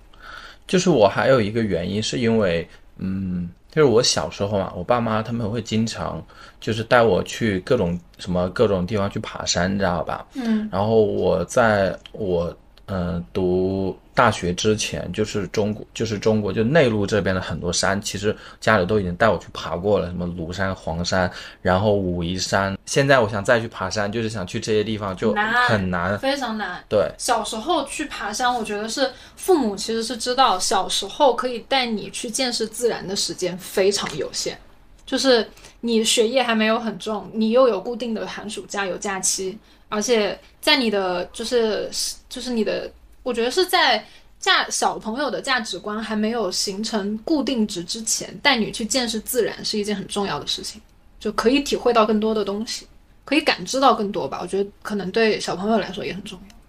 [SPEAKER 6] 就是我还有一个原因，是因为，嗯，就是我小时候嘛，我爸妈他们会经常就是带我去各种什么各种地方去爬山，你知道吧？
[SPEAKER 2] 嗯
[SPEAKER 6] 然后我在我呃读大学之前，就是中国，就是中国就内陆这边的很多山，其实家里都已经带我去爬过了，什么庐山、黄山，然后武夷山。现在我想再去爬山，就是想去这些地方就
[SPEAKER 2] 难
[SPEAKER 6] 很难。
[SPEAKER 2] 非常难。
[SPEAKER 6] 对，
[SPEAKER 2] 小时候去爬山，我觉得是父母其实是知道，小时候可以带你去见识自然的时间非常有限，就是你学业还没有很重，你又有固定的寒暑假有假期，而且在你的就是就是你的，我觉得是在价小朋友的价值观还没有形成固定值之前，带你去见识自然是一件很重要的事情，就可以体会到更多的东西，可以感知到更多吧。我觉得可能对小朋友来说也很重要。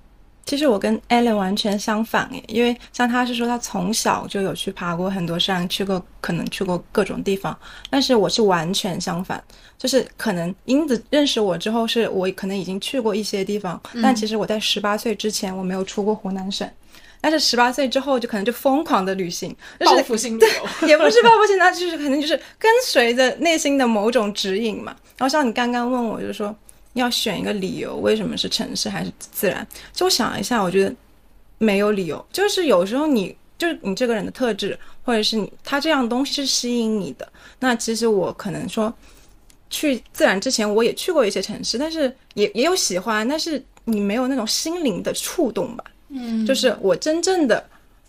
[SPEAKER 3] 其实我跟 Allen 完全相反诶，因为像他是说他从小就有去爬过很多山，去过可能去过各种地方，但是我是完全相反，就是可能英子认识我之后，是我可能已经去过一些地方，但其实我在十八岁之前我没有出过湖南省，但是十八岁之后就可能就疯狂的旅行，就是
[SPEAKER 2] 报复性旅游。
[SPEAKER 3] 也不是报复性，他就是可能就是跟随着内心的某种指引嘛。然后像你刚刚问我，就是说要选一个理由，为什么是城市还是自然？就我想了一下，我觉得没有理由，就是有时候你就是你这个人的特质，或者是你他这样东西是吸引你的。那其实我可能说去自然之前，我也去过一些城市，但是也也有喜欢，但是你没有那种心灵的触动吧。
[SPEAKER 2] 嗯
[SPEAKER 3] 就是我真正的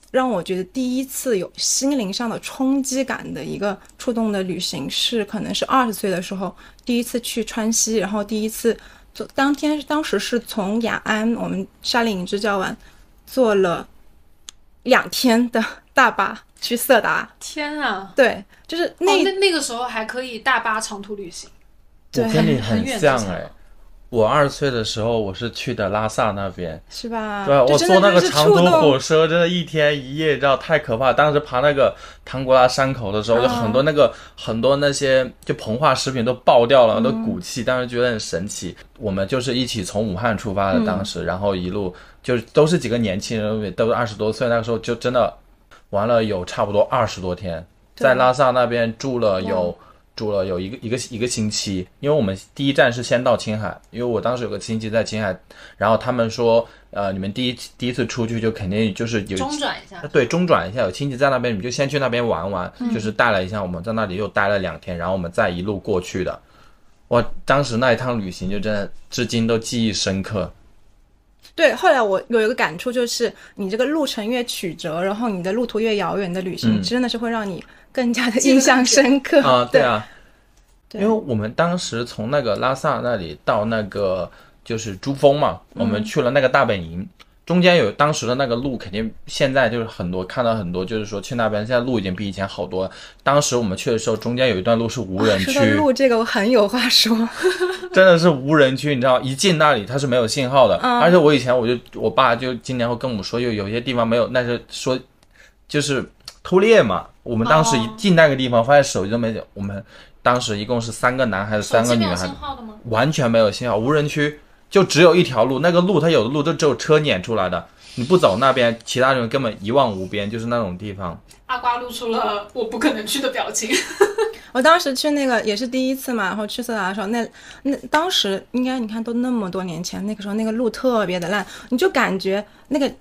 [SPEAKER 3] 让我觉得第一次有心灵上的冲击感的一个触动的旅行是，可能是二十岁的时候第一次去川西，然后第一次坐当天当时是从雅安我们沙岭支教完坐了两天的大巴去色达，
[SPEAKER 2] 天啊！
[SPEAKER 3] 对，就是
[SPEAKER 2] 那、
[SPEAKER 3] 那、
[SPEAKER 2] 哦那那个时候还可以大巴长途旅行，
[SPEAKER 6] 我跟你
[SPEAKER 2] 很
[SPEAKER 6] 很
[SPEAKER 2] 远
[SPEAKER 6] 像
[SPEAKER 2] 之前
[SPEAKER 6] 哎。我二十岁的时候，我是去的拉萨那边，
[SPEAKER 3] 是吧？
[SPEAKER 6] 对，啊我
[SPEAKER 3] 就
[SPEAKER 6] 坐
[SPEAKER 3] 真
[SPEAKER 6] 那
[SPEAKER 3] 的
[SPEAKER 6] 个
[SPEAKER 3] 就是
[SPEAKER 6] 长
[SPEAKER 3] 触
[SPEAKER 6] 途
[SPEAKER 3] 动
[SPEAKER 6] 火，车，真的一天一夜，你知道太可怕。当时爬那个唐古拉山口的时候，就很多那个很多那些就膨化食品都爆掉了，都鼓气，当时觉得很神奇。我们就是一起从武汉出发的，当时，然后一路就是都是几个年轻人，也都是二十多岁，那个时候就真的玩了有差不多二十多天，在拉萨那边住了有。
[SPEAKER 2] 嗯
[SPEAKER 6] 住了有一个一个一个星期，因为我们第一站是先到青海，因为我当时有个亲戚在青海，然后他们说，呃，你们第一第一次出去就肯定就是有
[SPEAKER 2] 中转一下。
[SPEAKER 6] 对，中转一下，有亲戚在那边，你们就先去那边玩玩，
[SPEAKER 2] 嗯
[SPEAKER 6] 就是带了一下，我们在那里又待了两天，然后我们再一路过去的。我当时那一趟旅行就真的至今都记忆深刻。
[SPEAKER 3] 对，后来我有一个感触，就是你这个路程越曲折，然后你的路途越遥远的旅行，
[SPEAKER 6] 嗯
[SPEAKER 3] 真的是会让你更加的
[SPEAKER 2] 记得
[SPEAKER 3] 印象深刻
[SPEAKER 6] 啊，对，啊，
[SPEAKER 3] 对
[SPEAKER 6] 因为我们当时从那个拉萨那里到那个就是珠峰嘛，我们去了那个大本营，中间有当时的那个路，肯定现在就是很多看到很多，就是说去那边现在路已经比以前好多了。当时我们去的时候，中间有一段路是无人
[SPEAKER 3] 说
[SPEAKER 6] 区，
[SPEAKER 3] 到哦路这个，我很有话说。
[SPEAKER 6] 真的是无人区，你知道，一进那里它是没有信号的。而且我以前我就我爸就经常会跟我说，有有些地方没有，那是说就是偷猎嘛。我们当时一进那个地方，发现手机都没有。我们当时一共是三个男孩子，三个
[SPEAKER 2] 手机
[SPEAKER 6] 女
[SPEAKER 2] 没有
[SPEAKER 6] 孩子
[SPEAKER 2] 信，号的吗？
[SPEAKER 6] 完全没有信号，无人区就只有一条路，那个路它有的路都只有车碾出来的，你不走那边，其他人根本一望无边，就是那种地方。
[SPEAKER 2] 阿瓜露出了我不可能去的表情。
[SPEAKER 3] 我当时去那个也是第一次嘛，然后去色达的时候，那那当时应该你看都那么多年前，那个时候那个路特别的烂，你就感觉那个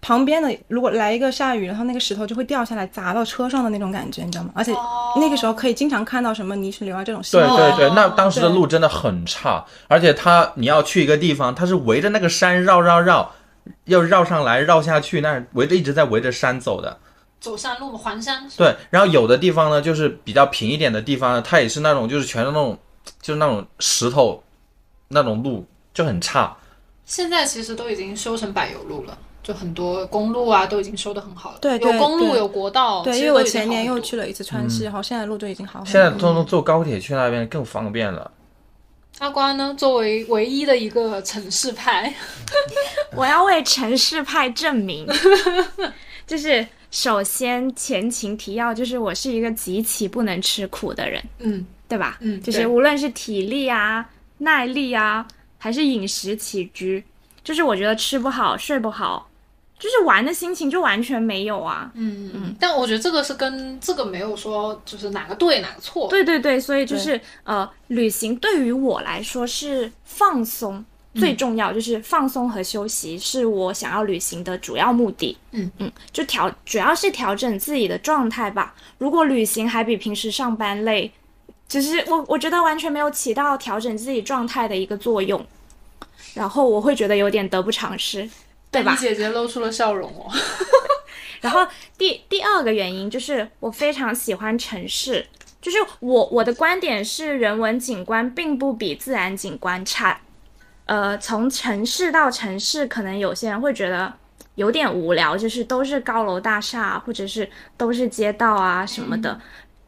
[SPEAKER 3] 旁边的如果来一个下雨，然后那个石头就会掉下来砸到车上的那种感觉，你知道吗？而且
[SPEAKER 2] 哦
[SPEAKER 3] 那个时候可以经常看到什么泥石流啊这种信
[SPEAKER 6] 对
[SPEAKER 3] 号。
[SPEAKER 6] 对对，那当时的路真的很差，而且它你要去一个地方，它是围着那个山绕绕绕，要绕上来绕下去，那围着一直在围着山走的。
[SPEAKER 2] 走山路嘛，环山。
[SPEAKER 6] 对，然后有的地方呢，就是比较平一点的地方呢，它也是那种就是全是那种就是那种石头那种路就很差，
[SPEAKER 2] 现在其实都已经修成柏油路了，就很多公路啊都已经修得很好了，
[SPEAKER 3] 对
[SPEAKER 2] 有
[SPEAKER 3] 对
[SPEAKER 2] 公路
[SPEAKER 3] 对
[SPEAKER 2] 有国道，
[SPEAKER 3] 对，
[SPEAKER 2] 哦其
[SPEAKER 3] 因
[SPEAKER 2] 实
[SPEAKER 3] 为我
[SPEAKER 2] 都已经
[SPEAKER 3] 前
[SPEAKER 2] 好
[SPEAKER 3] 年
[SPEAKER 2] 很
[SPEAKER 3] 又
[SPEAKER 2] 多
[SPEAKER 3] 去了一次川西，然后现在路就已经好很多。
[SPEAKER 6] 嗯现在都能坐高铁去那边更方便了。
[SPEAKER 2] 阿瓜呢，作为唯一的一个城市派，
[SPEAKER 4] 我要为城市派证明， 就是首先前情提要，就是我是一个极其不能吃苦的人，
[SPEAKER 2] 嗯，
[SPEAKER 4] 对吧？
[SPEAKER 2] 嗯
[SPEAKER 4] 就
[SPEAKER 2] 对
[SPEAKER 4] 是无论是体力啊、耐力啊，还是饮食起居，就是我觉得吃不好、睡不好，就是玩的心情就完全没有啊。
[SPEAKER 2] 嗯嗯，但我觉得这个是跟这个没有说就是哪个对哪个错，
[SPEAKER 4] 对对对，所以就是呃，旅行对于我来说是放松。
[SPEAKER 2] 嗯
[SPEAKER 4] 最重要就是放松和休息，是我想要旅行的主要目的。
[SPEAKER 2] 嗯
[SPEAKER 4] 嗯，就调主要是调整自己的状态吧。如果旅行还比平时上班累，只是我我觉得完全没有起到调整自己状态的一个作用，然后我会觉得有点得不偿失，对吧
[SPEAKER 2] 你？姐姐露出了笑容哦，
[SPEAKER 4] 然后第第二个原因就是我非常喜欢城市，就是我我的观点是人文景观并不比自然景观差。呃，从城市到城市，可能有些人会觉得有点无聊，就是都是高楼大厦，啊或者是都是街道啊什么的。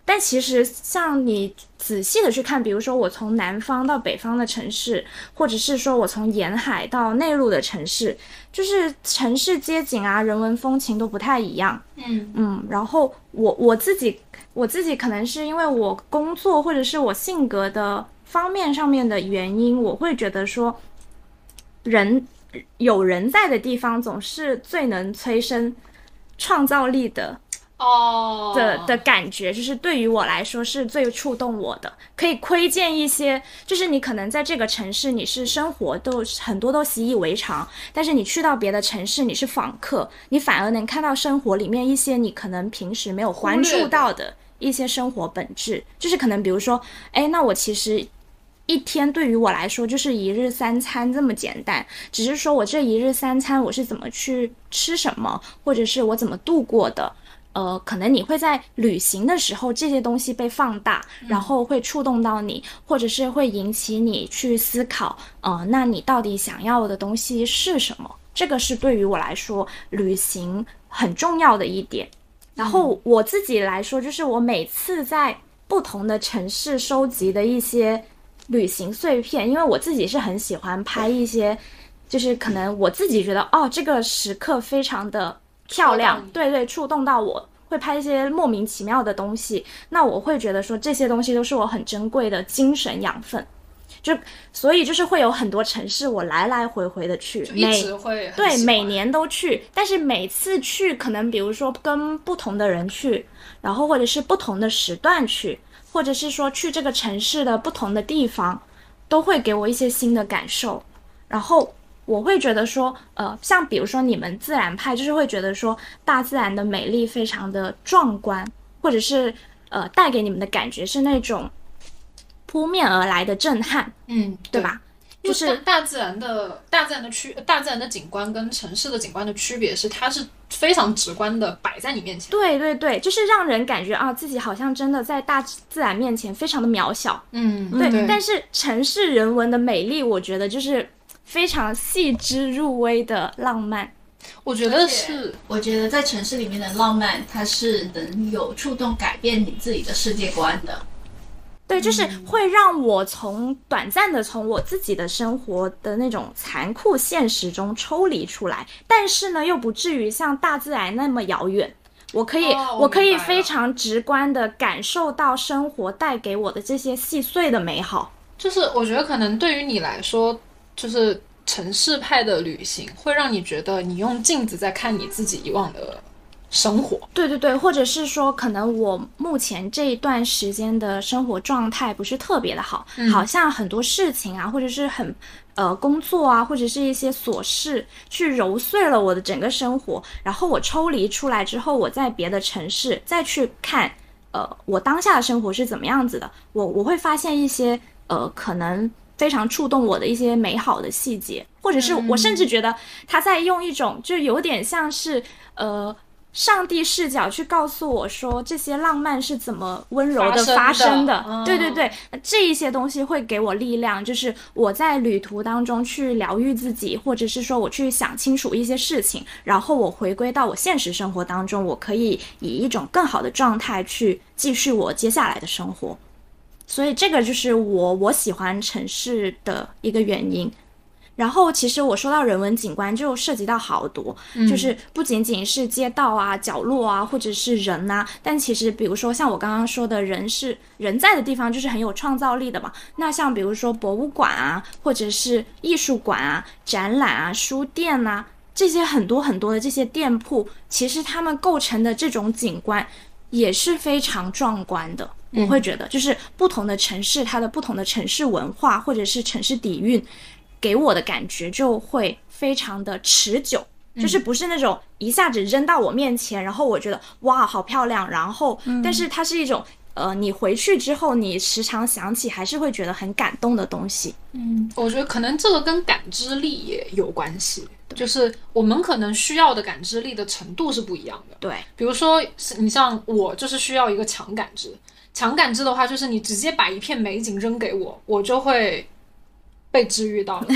[SPEAKER 4] 但其实，像你仔细的去看，比如说我从南方到北方的城市，或者是说我从沿海到内陆的城市，就是城市街景啊、人文风情都不太一样。
[SPEAKER 2] 嗯
[SPEAKER 4] 嗯，然后我我自己我自己可能是因为我工作或者是我性格的方面上面的原因，我会觉得说人有人在的地方总是最能催生创造力的
[SPEAKER 2] 哦
[SPEAKER 4] 的的感觉，就是对于我来说是最触动我的。可以窥见一些，就是你可能在这个城市你是生活都很多都习以为常，但是你去到别的城市你是访客，你反而能看到生活里面一些你可能平时没有关
[SPEAKER 2] 忽略
[SPEAKER 4] 注
[SPEAKER 2] 的
[SPEAKER 4] 到的一些生活本质，就是可能比如说，哎，那我其实一天对于我来说就是一日三餐这么简单，只是说我这一日三餐我是怎么去吃什么，或者是我怎么度过的。呃，可能你会在旅行的时候这些东西被放大，然后会触动到你，或者是会引起你去思考，呃，那你到底想要的东西是什么？这个是对于我来说旅行很重要的一点。然后
[SPEAKER 2] 嗯
[SPEAKER 4] 我自己来说，就是我每次在不同的城市收集的一些旅行碎片，因为我自己是很喜欢拍一些，就是可能我自己觉得哦，这个时刻非常的漂
[SPEAKER 2] 触
[SPEAKER 4] 亮
[SPEAKER 2] 动你，
[SPEAKER 4] 对对，触动到我。会拍一些莫名其妙的东西，那我会觉得说这些东西都是我很珍贵的精神养分，就所以就是会有很多城市我来来回回的去，
[SPEAKER 2] 就
[SPEAKER 4] 每
[SPEAKER 2] 一直会很
[SPEAKER 4] 对，
[SPEAKER 2] 喜欢
[SPEAKER 4] 每年都去，但是每次去可能比如说跟不同的人去，然后或者是不同的时段去，或者是说去这个城市的不同的地方，都会给我一些新的感受。然后我会觉得说，呃，像比如说你们自然派，就是会觉得说大自然的美丽非常的壮观，或者是呃带给你们的感觉是那种扑面而来的震撼，
[SPEAKER 2] 嗯
[SPEAKER 4] 对？吧？
[SPEAKER 2] 就
[SPEAKER 4] 就是
[SPEAKER 2] 是大自然的大自然的区大自然的景观跟城市的景观的区别是，它是非常直观的摆在你面前。
[SPEAKER 4] 对对对，就是让人感觉啊，自己好像真的在大自然面前非常的渺小。
[SPEAKER 2] 嗯，
[SPEAKER 4] 对，
[SPEAKER 2] 对，
[SPEAKER 4] 但是城市人文的美丽，我觉得就是非常细致入微的浪漫。
[SPEAKER 2] 我觉得是
[SPEAKER 5] 我觉得在城市里面的浪漫，它是能有触动、改变你自己的世界观的。
[SPEAKER 4] 对，就是
[SPEAKER 2] 嗯
[SPEAKER 4] 会让我从短暂的从我自己的生活的那种残酷现实中抽离出来，但是呢，又不至于像大自然那么遥远。我可以，
[SPEAKER 2] 哦我
[SPEAKER 4] 我可以
[SPEAKER 2] 明白
[SPEAKER 4] 非
[SPEAKER 2] 了
[SPEAKER 4] 常直观的感受到生活带给我的这些细碎的美好。
[SPEAKER 2] 就是我觉得可能对于你来说，就是城市派的旅行会让你觉得你用镜子在看你自己以往的生活。
[SPEAKER 4] 对对对，或者是说，可能我目前这一段时间的生活状态不是特别的好，好像很多事情啊，或者是很呃工作啊，或者是一些琐事，去揉碎了我的整个生活。然后我抽离出来之后，我在别的城市再去看，呃，我当下的生活是怎么样子的，我我会发现一些呃可能非常触动我的一些美好的细节，或者是我甚至觉得他在用一种就有点像是呃上帝视角去告诉我说这些浪漫是怎么温柔的
[SPEAKER 2] 发
[SPEAKER 4] 发
[SPEAKER 2] 生
[SPEAKER 4] 生
[SPEAKER 2] 的嗯
[SPEAKER 4] 的。对对对，那这一些东西会给我力量，就是我在旅途当中去疗愈自己，或者是说我去想清楚一些事情，然后我回归到我现实生活当中，我可以以一种更好的状态去继续我接下来的生活。所以这个就是我我喜欢城市的一个原因。然后其实我说到人文景观，就涉及到好多，就是不仅仅是街道啊、角落啊，或者是人呐、但其实比如说像我刚刚说的人是人在的地方，就是很有创造力的嘛。那像比如说博物馆啊，或者是艺术馆啊、展览啊、书店呐、这些很多很多的这些店铺，其实他们构成的这种景观也是非常壮观的。我会觉得，就是不同的城市，它的不同的城市文化或者是城市底蕴，给我的感觉就会非常的持久，就是不是那种一下子扔到我面前，然后我觉得哇好漂亮，然后、但是它是一种呃你回去之后你时常想起还是会觉得很感动的东西。
[SPEAKER 2] 我觉得可能这个跟感知力也有关系，就是我们可能需要的感知力的程度是不一样的。
[SPEAKER 4] 对，
[SPEAKER 2] 比如说，你像我就是需要一个强感知，强感知的话，就是你直接把一片美景扔给我，我就会被治愈 到了。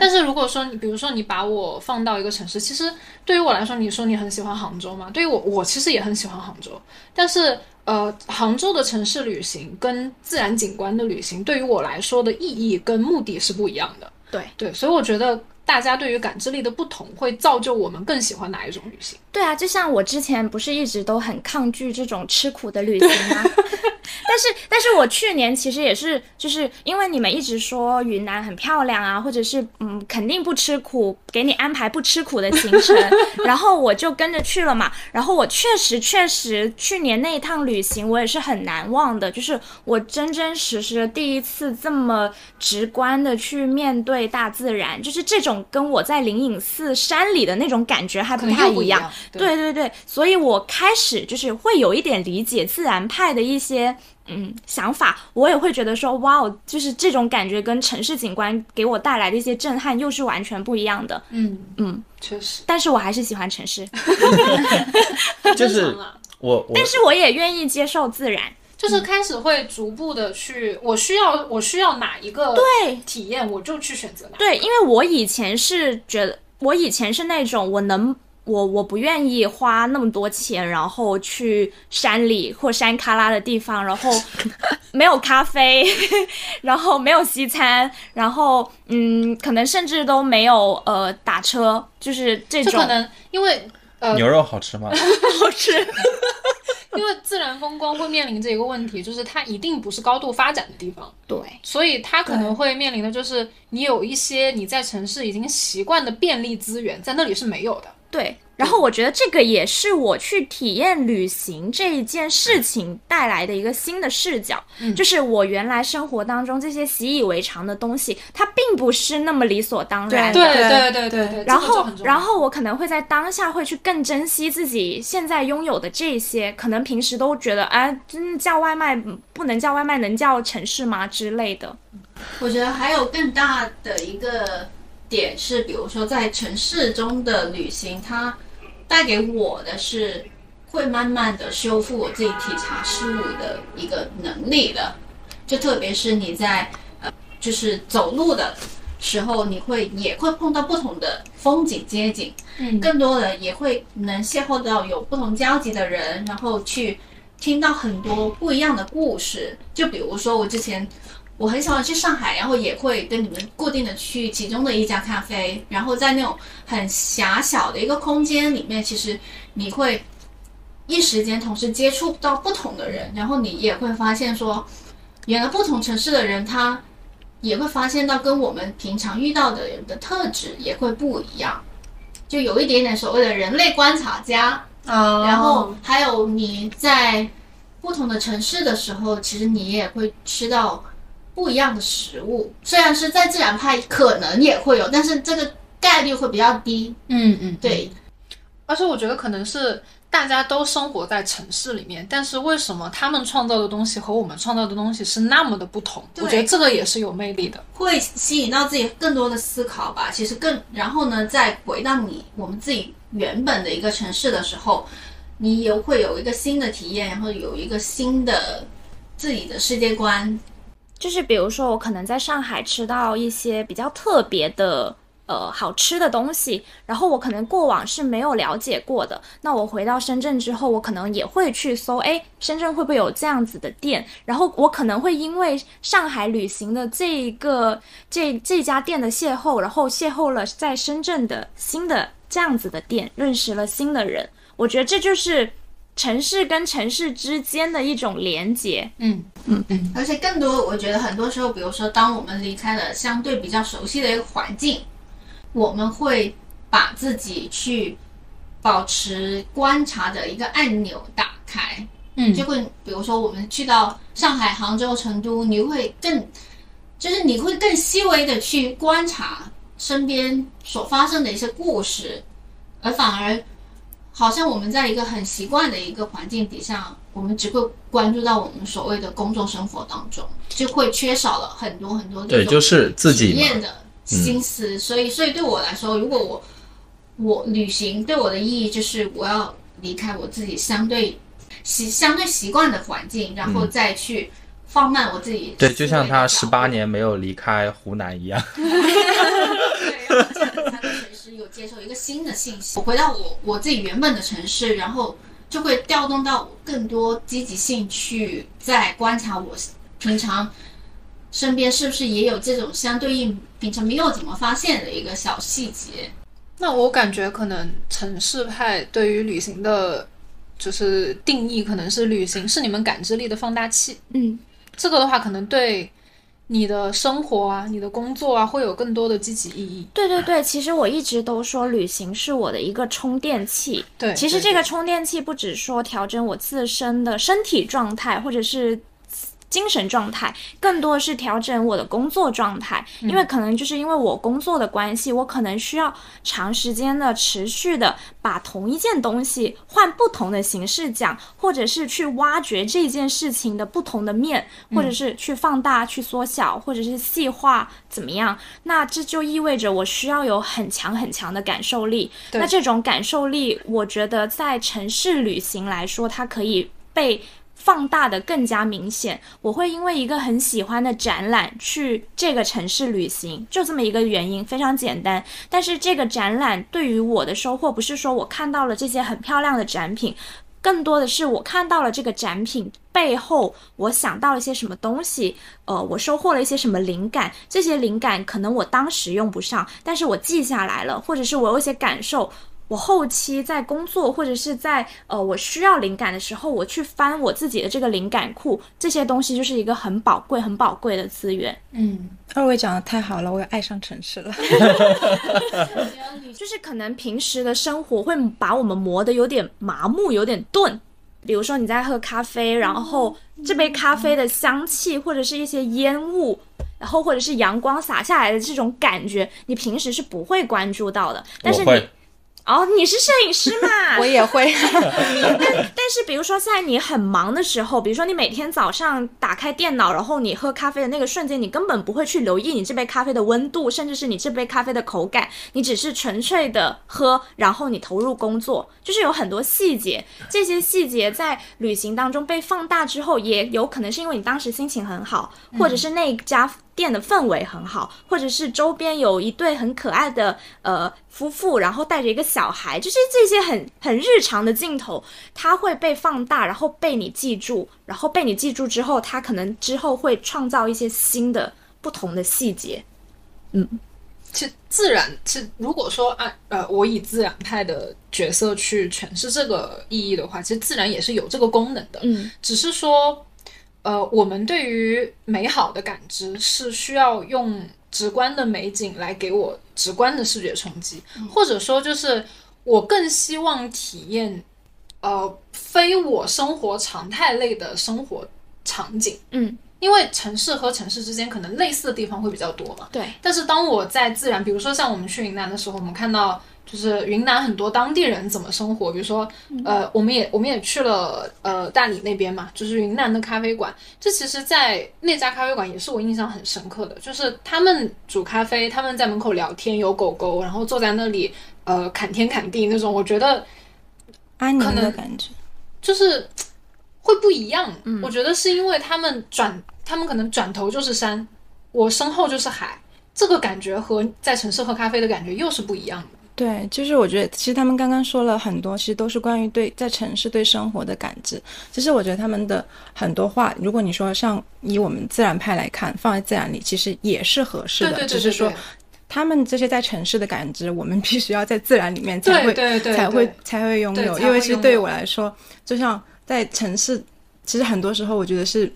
[SPEAKER 2] 但是如果说你，比如说你把我放到一个城市，其实对于我来说，你说你很喜欢杭州嘛？对于我，我其实也很喜欢杭州，但是。呃，杭州的城市旅行跟自然景观的旅行，对于我来说的意义跟目的是不一样的。
[SPEAKER 4] 对
[SPEAKER 2] 对，所以我觉得大家对于感知力的不同，会造就我们更喜欢哪一种旅行。
[SPEAKER 4] 对啊，就像我之前不是一直都很抗拒这种吃苦的旅行吗？ 但是，但是我去年其实也是，就是因为你们一直说云南很漂亮啊，或者是嗯，肯定不吃苦，给你安排不吃苦的行 程，然后我就跟着去了嘛。然后我确实确实去年那一趟旅行，我也是很难忘的，就是我真真实实的第一次这么直观的去面对大自然，就是这种跟我在灵隐寺山里的那种感觉还
[SPEAKER 2] 可
[SPEAKER 4] 不
[SPEAKER 2] 能
[SPEAKER 4] 太
[SPEAKER 2] 又不一
[SPEAKER 4] 一样
[SPEAKER 2] 样。
[SPEAKER 4] 对对对，所以我开始就是会有一点理解自然派的一些嗯想法，我也会觉得说，哇哦，就是这种感觉跟城市景观给我带来的一些震撼又是完全不一样的。
[SPEAKER 2] 嗯
[SPEAKER 4] 嗯，
[SPEAKER 2] 确实。
[SPEAKER 4] 但是我还是喜欢城市，
[SPEAKER 6] 就是我我
[SPEAKER 4] 但是我也愿意接受自然。
[SPEAKER 2] 啊就是开始会逐步的去，我需要我需要哪一个
[SPEAKER 4] 对
[SPEAKER 2] 体验，我就去选择哪。
[SPEAKER 4] 对，因为我以前是觉得，我以前是那种我能。我我不愿意花那么多钱，然后去山里或山旮旯的地方，然后没有咖啡， 然后没有西餐，然后嗯，可能甚至都没有呃打车，就是这
[SPEAKER 2] 就
[SPEAKER 4] 种
[SPEAKER 2] 可能因为呃，
[SPEAKER 6] 牛肉好 吃吗？
[SPEAKER 4] 好吃。
[SPEAKER 2] 因为自然风光会面临着一个问题，就是它一定不是高度发展的地方，
[SPEAKER 4] 对
[SPEAKER 2] 所以它可能会面临的就是你有一些你在城市已经习惯的便利资源，在那里是没有的。
[SPEAKER 4] 对，然后我觉得这个也是我去体验旅行这一件
[SPEAKER 2] 嗯
[SPEAKER 4] 事情带来的一个新的视角，就是我原来生活当中这些习以为常的东西，它并不是那么理所当然的。
[SPEAKER 2] 对
[SPEAKER 3] 对
[SPEAKER 2] 对对对，这
[SPEAKER 4] 然
[SPEAKER 2] 个就
[SPEAKER 4] 后
[SPEAKER 2] 很，重要
[SPEAKER 4] 然后我可能会在当下会去更珍惜自己现在拥有的这些，可能平时都觉得，哎，嗯，叫外卖不能叫外卖，能叫城市吗之类的。
[SPEAKER 5] 我觉得还有更大的一个点是，比如说在城市中的旅行，它带给我的是会慢慢的修复我自己体察事物的一个能力的。就特别是你在呃，就是走路的时候，你会也会碰到不同的风景呃街景，
[SPEAKER 2] 嗯
[SPEAKER 5] 更多的也会能邂逅到有不同交集的人，然后去听到很多不一样的故事。就比如说我之前我很喜欢去上海，然后也会跟你们固定的去其中的一家咖啡，然后在那种很狭小的一个空间里面，其实你会一时间同时接触到不同的人，然后你也会发现说，原来不同城市的人他也会发现到跟我们平常遇到的人的特质也会不一样，就有一点点所谓的人类观察家，
[SPEAKER 2] 哦
[SPEAKER 1] 啊
[SPEAKER 5] 然后还有你在不同的城市的时候，其实你也会吃到不一样的食物。虽然是在自然派可能也会有，但是这个概率会比较低。
[SPEAKER 2] 嗯嗯，
[SPEAKER 5] 对，
[SPEAKER 2] 而且我觉得可能是大家都生活在城市里面，但是为什么他们创造的东西和我们创造的东西是那么的不同？我
[SPEAKER 5] 对
[SPEAKER 2] 觉得这个也是有魅力的。
[SPEAKER 5] 会吸引到自己更多的思考吧。其实更，然后呢，再回到你我们自己原本的一个城市的时候，你有会有一个新的体验，然后有一个新的自己的世界观。
[SPEAKER 4] 就是比如说，我可能在上海吃到一些比较特别的呃好吃的东西，然后我可能过往是没有了解过的。那我回到深圳之后，我可能也会去搜，哎，深圳会不会有这样子的店？然后我可能会因为上海旅行的这一个这这家店的邂逅，然后邂逅了在深圳的新的这样子的店，认识了新的人。我觉得这就是城市跟城市之间的一种连接。
[SPEAKER 2] 嗯
[SPEAKER 5] 而且更多，我觉得很多时候，比如说，当我们离开了相对比较熟悉的一个环境，我们会把自己去保持观察的一个按钮打开。
[SPEAKER 2] 嗯
[SPEAKER 5] 就会比如说，我们去到上海、杭州、成都，你会更，就是你会更细微的去观察身边所发生的一些故事，而反而好像我们在一个很习惯的一个环境底下，我们只会关注到我们所谓的公众生活当中，就会缺少了很多很多这
[SPEAKER 6] 对，
[SPEAKER 5] 种
[SPEAKER 6] 就是自己
[SPEAKER 5] 体验
[SPEAKER 6] 嘛。
[SPEAKER 5] 的心思。所以，所以对我来说，如果我我旅行对我的意义就是我要离开我自己相对习相对习惯的环境，然后再去放慢我自己。
[SPEAKER 6] 对，就像他十八。年没有离开湖南一样。
[SPEAKER 5] 对，然后这样子才能随时有接受一个新的信息。我回到我我自己原本的城市，然后就会调动到我更多积极性去在观察我平常身边是不是也有这种相对应平常没有怎么发现的一个小细节。
[SPEAKER 2] 那我感觉可能城市派对于旅行的，就是定义可能是旅行是你们感知力的放大器。
[SPEAKER 4] 嗯，
[SPEAKER 2] 这个的话可能对你的生活啊、你的工作啊会有更多的积极意义。
[SPEAKER 4] 对对对，其实我一直都说旅行是我的一个充电器。
[SPEAKER 2] 对，
[SPEAKER 4] 其实
[SPEAKER 2] 对
[SPEAKER 4] 这个充电器不只说调整我自身的身体状态，或者是。精神状态更多是调整我的工作状态，
[SPEAKER 2] 嗯
[SPEAKER 4] 因为可能就是因为我工作的关系，我可能需要长时间的、持续的把同一件东西换不同的形式讲，或者是去挖掘这件事情的不同的面，或者是去放大、去缩小，或者是细化怎么样？那这就意味着我需要有很强很强的感受力，
[SPEAKER 2] 对
[SPEAKER 4] 那这种感受力，我觉得在城市旅行来说，它可以被放大的更加明显。我会因为一个很喜欢的展览去这个城市旅行，就这么一个原因，非常简单。但是这个展览对于我的收获，不是说我看到了这些很漂亮的展品。更多的是我看到了这个展品背后，我想到了一些什么东西，呃，我收获了一些什么灵感，这些灵感可能我当时用不上，但是我记下来了，或者是我有一些感受，我后期在工作或者是在呃我需要灵感的时候，我去翻我自己的这个灵感库，这些东西就是一个很宝贵、很宝贵的资源。
[SPEAKER 2] 嗯，
[SPEAKER 3] 二位讲的太好了，我也爱上城市 了。
[SPEAKER 4] 就是可能平时的生活会把我们磨得有点麻木，有点钝。比如说你在喝咖啡，然后这杯咖啡的香气或者是一些烟雾，然后或者是阳光洒下来的这种感觉，你平时是不会关注到的。但是
[SPEAKER 6] 我
[SPEAKER 4] 你
[SPEAKER 6] 会，
[SPEAKER 4] 哦，你是摄影师嘛？
[SPEAKER 3] 我 也会，
[SPEAKER 4] 但是，比如说在你很忙的时候，比如说你每天早上打开电脑，然后你喝咖啡的那个瞬间，你根本不会去留意你这杯咖啡的温度，甚至是你这杯咖啡的口感，你只是纯粹的喝，然后你投入工作，就是有很多细节，这些细节在旅行当中被放大之后，也有可能是因为你当时心情很好，或者是那一家店的氛围很好，或者是周边有一对很可爱的呃夫妇，然后带着一个小孩，就是这些很很日常的镜头，它会被放大，然后被你记住，然后被你记住之后，它可能之后会创造一些新的不同的细节。
[SPEAKER 2] 其实自然，其实如果说按呃，我以自然派的角色去诠释这个意义的话，其实自然也是有这个功能的。
[SPEAKER 4] 嗯，
[SPEAKER 2] 只是说，呃，我们对于美好的感知是需要用直观的美景来给我直观的视觉冲击，或者说就是我更希望体验，呃，非我生活常态类的生活场景。
[SPEAKER 4] 嗯，
[SPEAKER 2] 因为城市和城市之间可能类似的地方会比较多嘛。
[SPEAKER 4] 对，
[SPEAKER 2] 但是当我在自然，比如说像我们去云南的时候，我们看到就是云南很多当地人怎么生活，比如说呃，我们也我们也去了呃大理那边嘛，就是云南的咖啡馆。这其实，在那家咖啡馆也是我印象很深刻的，就是他们煮咖啡，他们在门口聊天，有狗狗，然后坐在那里呃侃天侃地那种，我觉得
[SPEAKER 3] 安宁
[SPEAKER 2] 可
[SPEAKER 3] 的
[SPEAKER 2] 能
[SPEAKER 3] 感觉。
[SPEAKER 2] 就是会不一样。
[SPEAKER 3] 嗯
[SPEAKER 2] 我觉得是因为他们转，他们可能转头就是山，我身后就是海，这个感觉和在城市喝咖啡的感觉又是不一样的。
[SPEAKER 3] 对，就是我觉得，其实他们刚刚说了很多，其实都是关于对在城市对生活的感知。其实我觉得他们的很多话，如果你说像以我们自然派来看，放在自然里，其实也是合适
[SPEAKER 2] 对
[SPEAKER 3] 的，
[SPEAKER 2] 对对对，
[SPEAKER 3] 只是说
[SPEAKER 2] 对
[SPEAKER 3] 他们这些在城市的感知，我们必须要在自然里面才
[SPEAKER 2] 对
[SPEAKER 3] 会
[SPEAKER 2] 对对
[SPEAKER 3] 才
[SPEAKER 2] 对
[SPEAKER 3] 会才会拥
[SPEAKER 2] 对
[SPEAKER 3] 有，
[SPEAKER 2] 才
[SPEAKER 3] 因
[SPEAKER 2] 会
[SPEAKER 3] 为其实
[SPEAKER 2] 拥
[SPEAKER 3] 对
[SPEAKER 2] 有
[SPEAKER 3] 我来说，就像在城市，其实很多时候我觉得是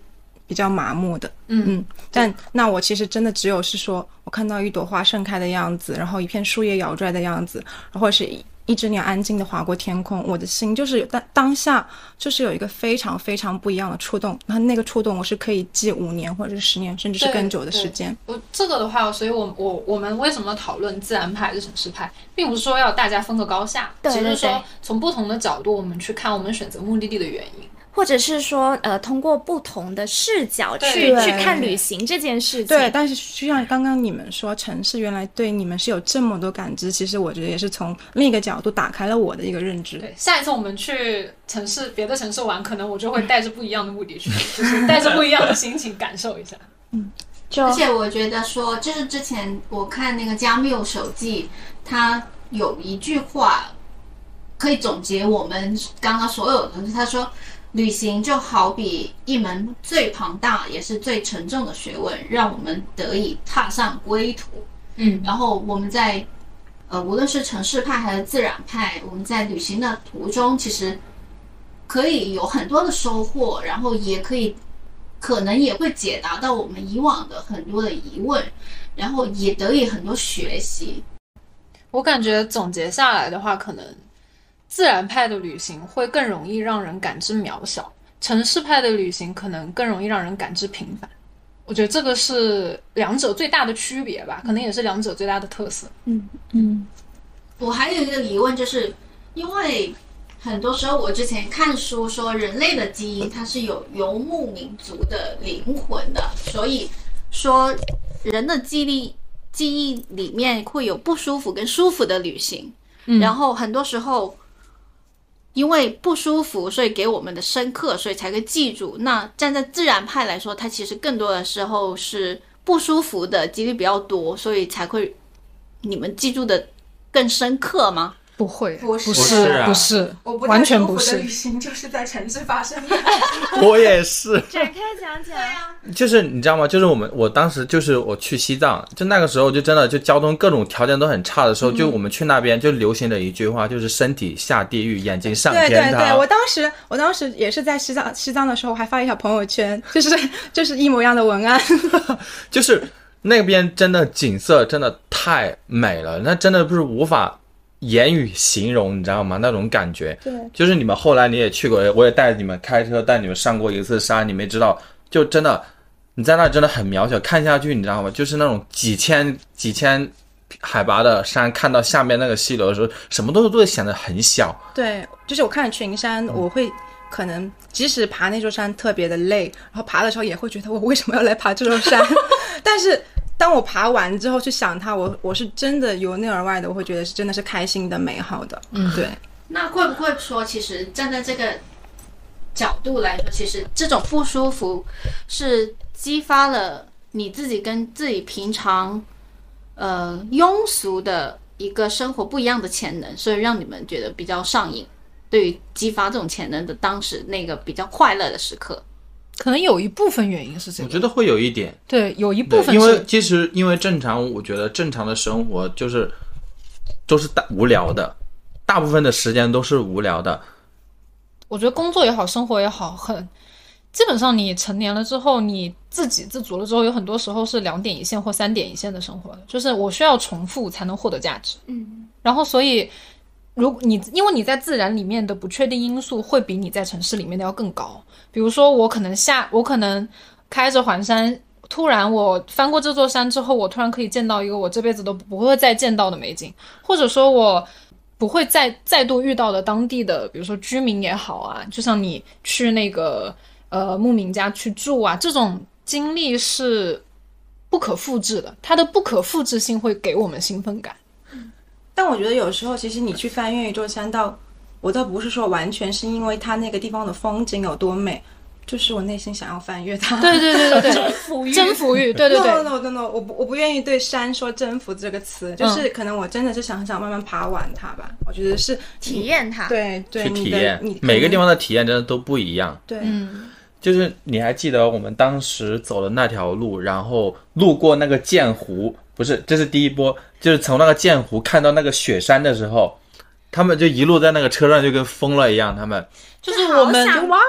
[SPEAKER 3] 比较麻木的，
[SPEAKER 2] 嗯
[SPEAKER 3] 嗯，但那我其实真的只有是说我看到一朵花盛开的样子，然后一片树叶摇拽的样子，或者是一一只鸟安静的划过天空，我的心就是有当当下就是有一个非常非常不一样的触动，那那个触动我是可以记五年或者是十年，甚至是
[SPEAKER 2] 对
[SPEAKER 3] 更久的
[SPEAKER 2] 对
[SPEAKER 3] 时间，
[SPEAKER 2] 我这个的话，所以我我我们为什么讨论自然派还是城市派，并不是说要大家分个高下，
[SPEAKER 4] 对
[SPEAKER 2] 只
[SPEAKER 4] 对
[SPEAKER 2] 是说
[SPEAKER 4] 对
[SPEAKER 2] 从不同的角度我们去看我们选择目的地的原因。
[SPEAKER 4] 或者是说，呃，通过不同的视角
[SPEAKER 2] 对
[SPEAKER 4] 去
[SPEAKER 3] 对
[SPEAKER 4] 去看旅行这件事情。
[SPEAKER 3] 对，但是就像刚刚你们说，城市原来对你们是有这么多感知，其实我觉得也是从另一个角度打开了我的一个认知。
[SPEAKER 2] 对，下一次我们去城市别的城市玩，可能我就会带着不一样的目的去， 就是带着不一样的心情感受一下。
[SPEAKER 4] 就
[SPEAKER 5] 而且我觉得说，就是之前我看那个《加缪手记》，他有一句话可以总结我们刚刚所有的东西。他说，旅行就好比一门最庞大也是最沉重的学问，让我们得以踏上归途。
[SPEAKER 2] 嗯，
[SPEAKER 5] 然后我们在呃，无论是城市派还是自然派，我们在旅行的途中，其实可以有很多的收获，然后也可以可能也会解答到我们以往的很多的疑问，然后也得以很多学习。
[SPEAKER 2] 我感觉总结下来的话，可能自然派的旅行会更容易让人感知渺小，城市派的旅行可能更容易让人感知平凡。我觉得这个是两者最大的区别吧，可能也是两者最大的特色。
[SPEAKER 5] 我还有一个疑问，就是因为很多时候我之前看书说，人类的基因它是有游牧民族的灵魂的，所以说人的记忆力记忆里面会有不舒服跟舒服的旅行，然后很多时候。因为不舒服，所以给我们的深刻，所以才会记住。那站在自然派来说，它其实更多的时候是不舒服的几率比较多，所以才会你们记住的更深刻吗？
[SPEAKER 2] 不会，
[SPEAKER 1] 不是不
[SPEAKER 6] 是啊不
[SPEAKER 2] 是，
[SPEAKER 1] 我不
[SPEAKER 2] 完
[SPEAKER 1] 太
[SPEAKER 2] 全
[SPEAKER 1] 舒
[SPEAKER 2] 不
[SPEAKER 1] 服
[SPEAKER 2] 是
[SPEAKER 1] 的旅行就是在城市发生
[SPEAKER 3] 啊
[SPEAKER 1] 的。
[SPEAKER 6] 我也是。
[SPEAKER 4] 展开讲讲，
[SPEAKER 6] 就是你知道吗？就是我们，我当时就是我去西藏，就那个时候就真的就交通各种条件都很差的时候，就我们去那边就流行的一句话就是“身体下地狱，眼睛上
[SPEAKER 3] 对对
[SPEAKER 6] 天
[SPEAKER 3] 对，
[SPEAKER 6] 堂
[SPEAKER 3] 我”。当时我当时也是在西藏西藏的时候，我还发一条朋友圈，就是就是一模一样的文案。
[SPEAKER 6] 就是那边真的景色真的太美了，那真的不是无法言语形容，你知道吗？那种感觉。
[SPEAKER 3] 对
[SPEAKER 6] 就是你们后来你也去过，我也带你们开车带你们上过一次山，你们也知道，就真的你在那真的很渺小，看下去你知道吗？就是那种几千几千海拔的山，看到下面那个溪流的时候，什么都都会显得很小。
[SPEAKER 3] 对，就是我看群山，我会可能即使爬那座山特别的累，然后爬的时候也会觉得我为什么要来爬这座山，但是。当我爬完之后去想它，我我是真的由内而外的，我会觉得是真的是开心的、美好的。嗯，对，
[SPEAKER 5] 那会不会说，其实站在这个角度来说，其实这种不舒服是激发了你自己跟自己平常呃庸俗的一个生活不一样的潜能，所以让你们觉得比较上瘾。对于激发这种潜能的当时那个比较快乐的时刻，
[SPEAKER 2] 可能有一部分原因是这
[SPEAKER 6] 我觉得会有一点，
[SPEAKER 2] 对，有一
[SPEAKER 6] 对，因为其实因为正常，我觉得正常的生活就是都是大无聊的，大部分的时间都是无聊的。
[SPEAKER 2] 我觉得工作也好，生活也好，很基本上你成年了之后，你自给自足了之后，有很多时候是两点一线或三点一线的生活的，就是我需要重复才能获得价值。嗯，然后所以，如你因为你在自然里面的不确定因素会比你在城市里面的要更高，比如说我可能下我可能开着环山。突然，我翻过这座山之后，我突然可以见到一个我这辈子都不会再见到的美景，或者说我不会再再度遇到的当地的，比如说居民也好啊，就像你去那个呃牧民家去住啊，这种经历是不可复制的，它的不可复制性会给我们兴奋感。
[SPEAKER 3] 但我觉得有时候，其实你去翻越一座山到我倒不是说完全是因为它那个地方的风景有多美，就是我内心想要翻越 它。
[SPEAKER 2] 对对对对对，征服欲， 征服欲，对对对，
[SPEAKER 3] no no no no，我不我不愿意对山说征服这个词，
[SPEAKER 2] 嗯
[SPEAKER 3] 就是可能我真的是想想慢慢爬完它吧。我觉得是
[SPEAKER 4] 体验啊它。
[SPEAKER 3] 对对，
[SPEAKER 6] 去
[SPEAKER 3] 你
[SPEAKER 6] 体
[SPEAKER 3] 的
[SPEAKER 6] 验
[SPEAKER 3] 你，
[SPEAKER 6] 每个地方的体验真的都不一样。
[SPEAKER 3] 对，
[SPEAKER 2] 嗯
[SPEAKER 6] 就是你还记得我们当时走的那条路，然后路过那个剑湖，不是，这是第一波，就是从那个剑湖看到那个雪山的时候，他们就一路在那个车上就跟疯了一样，他们
[SPEAKER 2] 就是我们
[SPEAKER 4] 好想哇，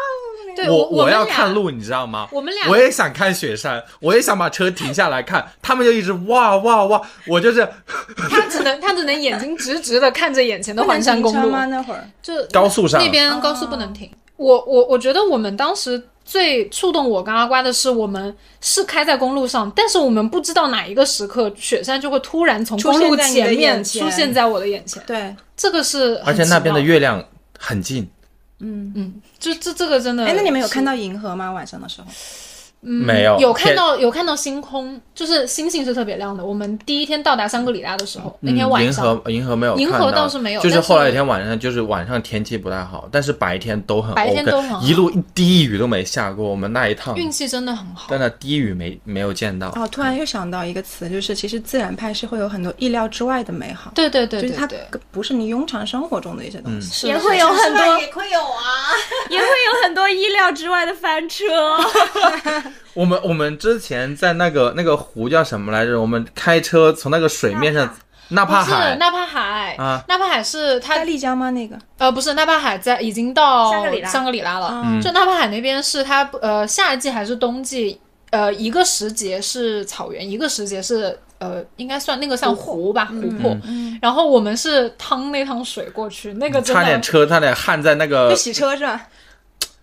[SPEAKER 2] 对
[SPEAKER 6] 我
[SPEAKER 2] 我们
[SPEAKER 6] 要
[SPEAKER 2] 俩
[SPEAKER 6] 看路，你知道吗？
[SPEAKER 2] 我们俩
[SPEAKER 6] 我也想看雪山，我也想把车停下来看，他们就一直哇哇哇，我就是
[SPEAKER 2] 他只能他只能眼睛直直的看着眼前的环山公
[SPEAKER 3] 不能
[SPEAKER 2] 路啊嗯
[SPEAKER 3] 停车，吗？那会儿
[SPEAKER 2] 就
[SPEAKER 6] 高速上
[SPEAKER 2] 那边高速不能停。我我我觉得我们当时最触动我跟阿瓜的是，我们是开在公路上，但是我们不知道哪一个时刻雪山就会突然从公路
[SPEAKER 3] 出现在你的
[SPEAKER 2] 前面
[SPEAKER 3] 眼前
[SPEAKER 2] 出现在我的眼前，
[SPEAKER 3] 对，
[SPEAKER 2] 这个是
[SPEAKER 6] 而
[SPEAKER 2] 很
[SPEAKER 6] 且那边的
[SPEAKER 2] 奇妙
[SPEAKER 6] 月亮很近，
[SPEAKER 2] 就这这个真的
[SPEAKER 3] 哎，那你们有
[SPEAKER 2] 是
[SPEAKER 3] 看到银河吗？晚上的时候，
[SPEAKER 6] 嗯没有
[SPEAKER 2] 有看
[SPEAKER 6] 天
[SPEAKER 2] 到有看到星空，就是星星是特别亮的。我们第一天到达香格里拉的时候，那
[SPEAKER 6] 嗯
[SPEAKER 2] 天晚上，
[SPEAKER 6] 银河银河没有看
[SPEAKER 2] 银
[SPEAKER 6] 到，
[SPEAKER 2] 河倒是没有
[SPEAKER 6] 就是
[SPEAKER 2] 但是
[SPEAKER 6] 后来一天晚上，就是晚上天气不太好，但是白天都很 OK，
[SPEAKER 2] 白天都很好
[SPEAKER 6] 一路一滴雨都没下过。我们那一趟，
[SPEAKER 2] 运气真的很好
[SPEAKER 6] 但。那滴雨没没有见到。
[SPEAKER 3] 哦，突然又想到一个词，就是其实自然派是会有很多意料之外的美好，
[SPEAKER 2] 对对对
[SPEAKER 3] 就
[SPEAKER 2] 对
[SPEAKER 3] 是它
[SPEAKER 2] 对，
[SPEAKER 3] 不是你庸常生活中的一些东
[SPEAKER 6] 嗯
[SPEAKER 3] 西。
[SPEAKER 2] 是
[SPEAKER 4] 也
[SPEAKER 2] 的
[SPEAKER 4] 会有很多，
[SPEAKER 5] 哦也会有啊。
[SPEAKER 4] 也会有很多意料之外的翻 车。
[SPEAKER 6] 我们我们之前在那个那个湖叫什么来着？我们开车从那个水面上，纳
[SPEAKER 2] 不
[SPEAKER 6] 帕
[SPEAKER 2] 是
[SPEAKER 6] 海，
[SPEAKER 2] 纳帕海
[SPEAKER 6] 啊
[SPEAKER 2] 纳帕海是
[SPEAKER 3] 在
[SPEAKER 2] 它
[SPEAKER 3] 丽江吗？那个
[SPEAKER 2] 呃不是纳帕海在已经到
[SPEAKER 4] 香格里拉
[SPEAKER 2] 香格里拉了，
[SPEAKER 3] 嗯
[SPEAKER 2] 就纳帕海那边是它呃夏季还是冬季？呃，一个时节是草原，一个时节是呃，应该算那个像湖吧，湖泊。
[SPEAKER 6] 嗯
[SPEAKER 2] 然后我们是趟那趟水过去，那个真的
[SPEAKER 6] 差点车差点焊在那个
[SPEAKER 2] 呃
[SPEAKER 3] 就，洗车是吧？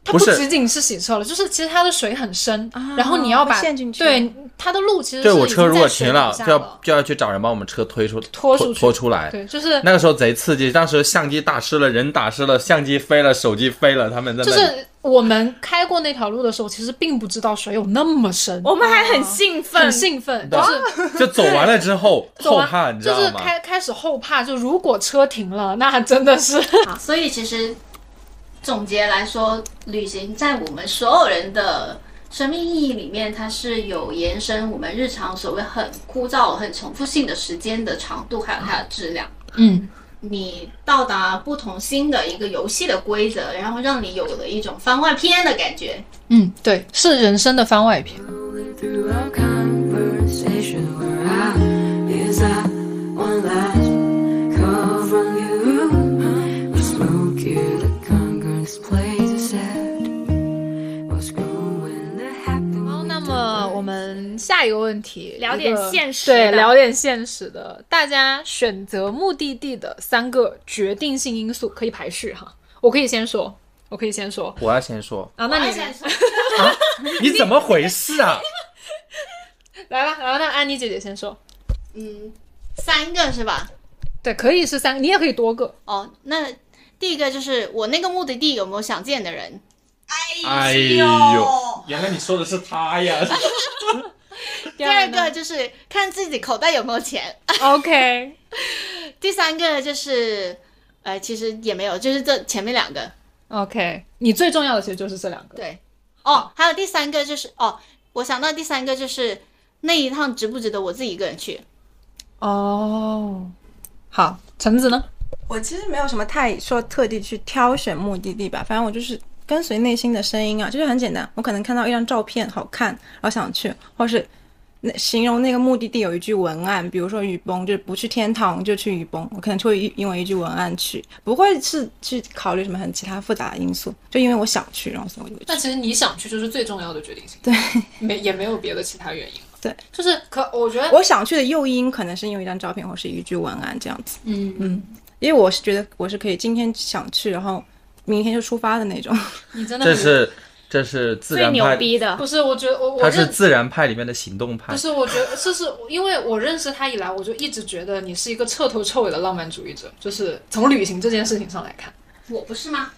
[SPEAKER 2] 它
[SPEAKER 6] 不
[SPEAKER 2] 不
[SPEAKER 6] 是
[SPEAKER 2] 仅仅是洗车了，就是其实它的水很深，然后你要把
[SPEAKER 3] 会陷进去
[SPEAKER 2] 对它的路其实
[SPEAKER 6] 对
[SPEAKER 2] 是
[SPEAKER 6] 我
[SPEAKER 2] 已
[SPEAKER 6] 车
[SPEAKER 2] 经
[SPEAKER 6] 如
[SPEAKER 2] 在
[SPEAKER 6] 果
[SPEAKER 2] 水
[SPEAKER 6] 停
[SPEAKER 2] 底
[SPEAKER 6] 了，
[SPEAKER 2] 下
[SPEAKER 6] 就要
[SPEAKER 2] 了
[SPEAKER 6] 就要去找人帮我们车推出
[SPEAKER 2] 拖出
[SPEAKER 6] 拖
[SPEAKER 2] 去
[SPEAKER 6] 拖出来。
[SPEAKER 2] 对，就是
[SPEAKER 6] 那个时候贼刺激，当时相机打湿了，人打湿了，相机飞了，手机飞了，他们在那
[SPEAKER 2] 就
[SPEAKER 6] 里
[SPEAKER 2] 是我们开过那条路的时候，其实并不知道水有那么深，
[SPEAKER 6] 哦
[SPEAKER 4] 我们还很兴奋，
[SPEAKER 2] 很兴奋，就是
[SPEAKER 6] 就走完了之 后
[SPEAKER 2] 走
[SPEAKER 6] 后
[SPEAKER 2] 完
[SPEAKER 6] 怕，你知
[SPEAKER 2] 就是
[SPEAKER 6] 道吗？
[SPEAKER 2] 开开始后怕，就如果车停了，那真的是
[SPEAKER 5] 所以其实总结来说，旅行在我们所有人的生命意义里面，它是有延伸我们日常所谓很枯燥、很重复性的时间的长度，还有它的质量。
[SPEAKER 2] 嗯，
[SPEAKER 5] 你到达不同新的一个游戏的规则，然后让你有了一种番外篇的感觉。
[SPEAKER 2] 嗯，对，是人生的番外篇。
[SPEAKER 7] through our conversation where I is that one last call from you. We smoke here the Congress plays a sad. What's going to happen?
[SPEAKER 2] 好，那么我们下一个问题，
[SPEAKER 4] 聊
[SPEAKER 2] 一
[SPEAKER 4] 点
[SPEAKER 2] 个
[SPEAKER 4] 现实
[SPEAKER 2] 对，
[SPEAKER 4] 的
[SPEAKER 2] 聊点现实的。大家选择目的地的三个决定性因素可以排序哈，我可以先说，我可以先说
[SPEAKER 6] 我要先说，
[SPEAKER 2] 啊，那
[SPEAKER 5] 我还
[SPEAKER 2] 你
[SPEAKER 5] 想说，
[SPEAKER 6] 你怎么回 事啊？
[SPEAKER 2] 来吧，然后那安妮姐姐先说，
[SPEAKER 5] 嗯，三个是吧？
[SPEAKER 2] 对，可以是三个，你也可以多个，
[SPEAKER 5] 哦，那第一个就是我那个目的地有没有想见的人？
[SPEAKER 6] 哎呦，原来你说的是他呀！
[SPEAKER 2] 第
[SPEAKER 5] 第二个就是看自己口袋有没有钱。
[SPEAKER 2] OK，
[SPEAKER 5] 第三个就是，呃，其实也没有，就是这前面两个。
[SPEAKER 2] OK，你最重要的其实就是这两个。
[SPEAKER 5] 对，哦，还有第三个就是，哦，我想到第三个就是那一趟值不值得我自己一个人去？
[SPEAKER 2] 哦，好，橙子呢？
[SPEAKER 3] 我其实没有什么太说特地去挑选目的地吧，反正我就是跟随内心的声音啊，就是很简单。我可能看到一张照片好看，然后想去，或是那形容那个目的地有一句文案，比如说雨崩，就是不去天堂就去雨崩，我可能就会因为一句文案去，不会是去考虑什么很其他复杂的因素，就因为我想去，然后所以我就
[SPEAKER 2] 那
[SPEAKER 3] 去。
[SPEAKER 2] 其实你想去就是最重要的决定性，对，没也没有别的其他原因了。
[SPEAKER 3] 对，
[SPEAKER 2] 就是可我觉得
[SPEAKER 3] 我想去的诱因可能是因为一张照片或是一句文案这样子，
[SPEAKER 2] 嗯
[SPEAKER 3] 因为我是觉得我是可以今天想去，然后明天就出发的那种。
[SPEAKER 2] 你真的
[SPEAKER 6] 这
[SPEAKER 2] 很
[SPEAKER 6] 是这是自
[SPEAKER 4] 最
[SPEAKER 6] 然
[SPEAKER 4] 牛
[SPEAKER 6] 派，
[SPEAKER 4] 逼的。
[SPEAKER 2] 不是？我觉得我我
[SPEAKER 6] 他是
[SPEAKER 2] 认
[SPEAKER 6] 自然派里面的行动派
[SPEAKER 2] 不。是？我觉得这是因为我认识他以来，我就一直觉得你是一个彻头彻尾的浪漫主义者，就是从旅行这件事情上来看。
[SPEAKER 5] 我不是吗？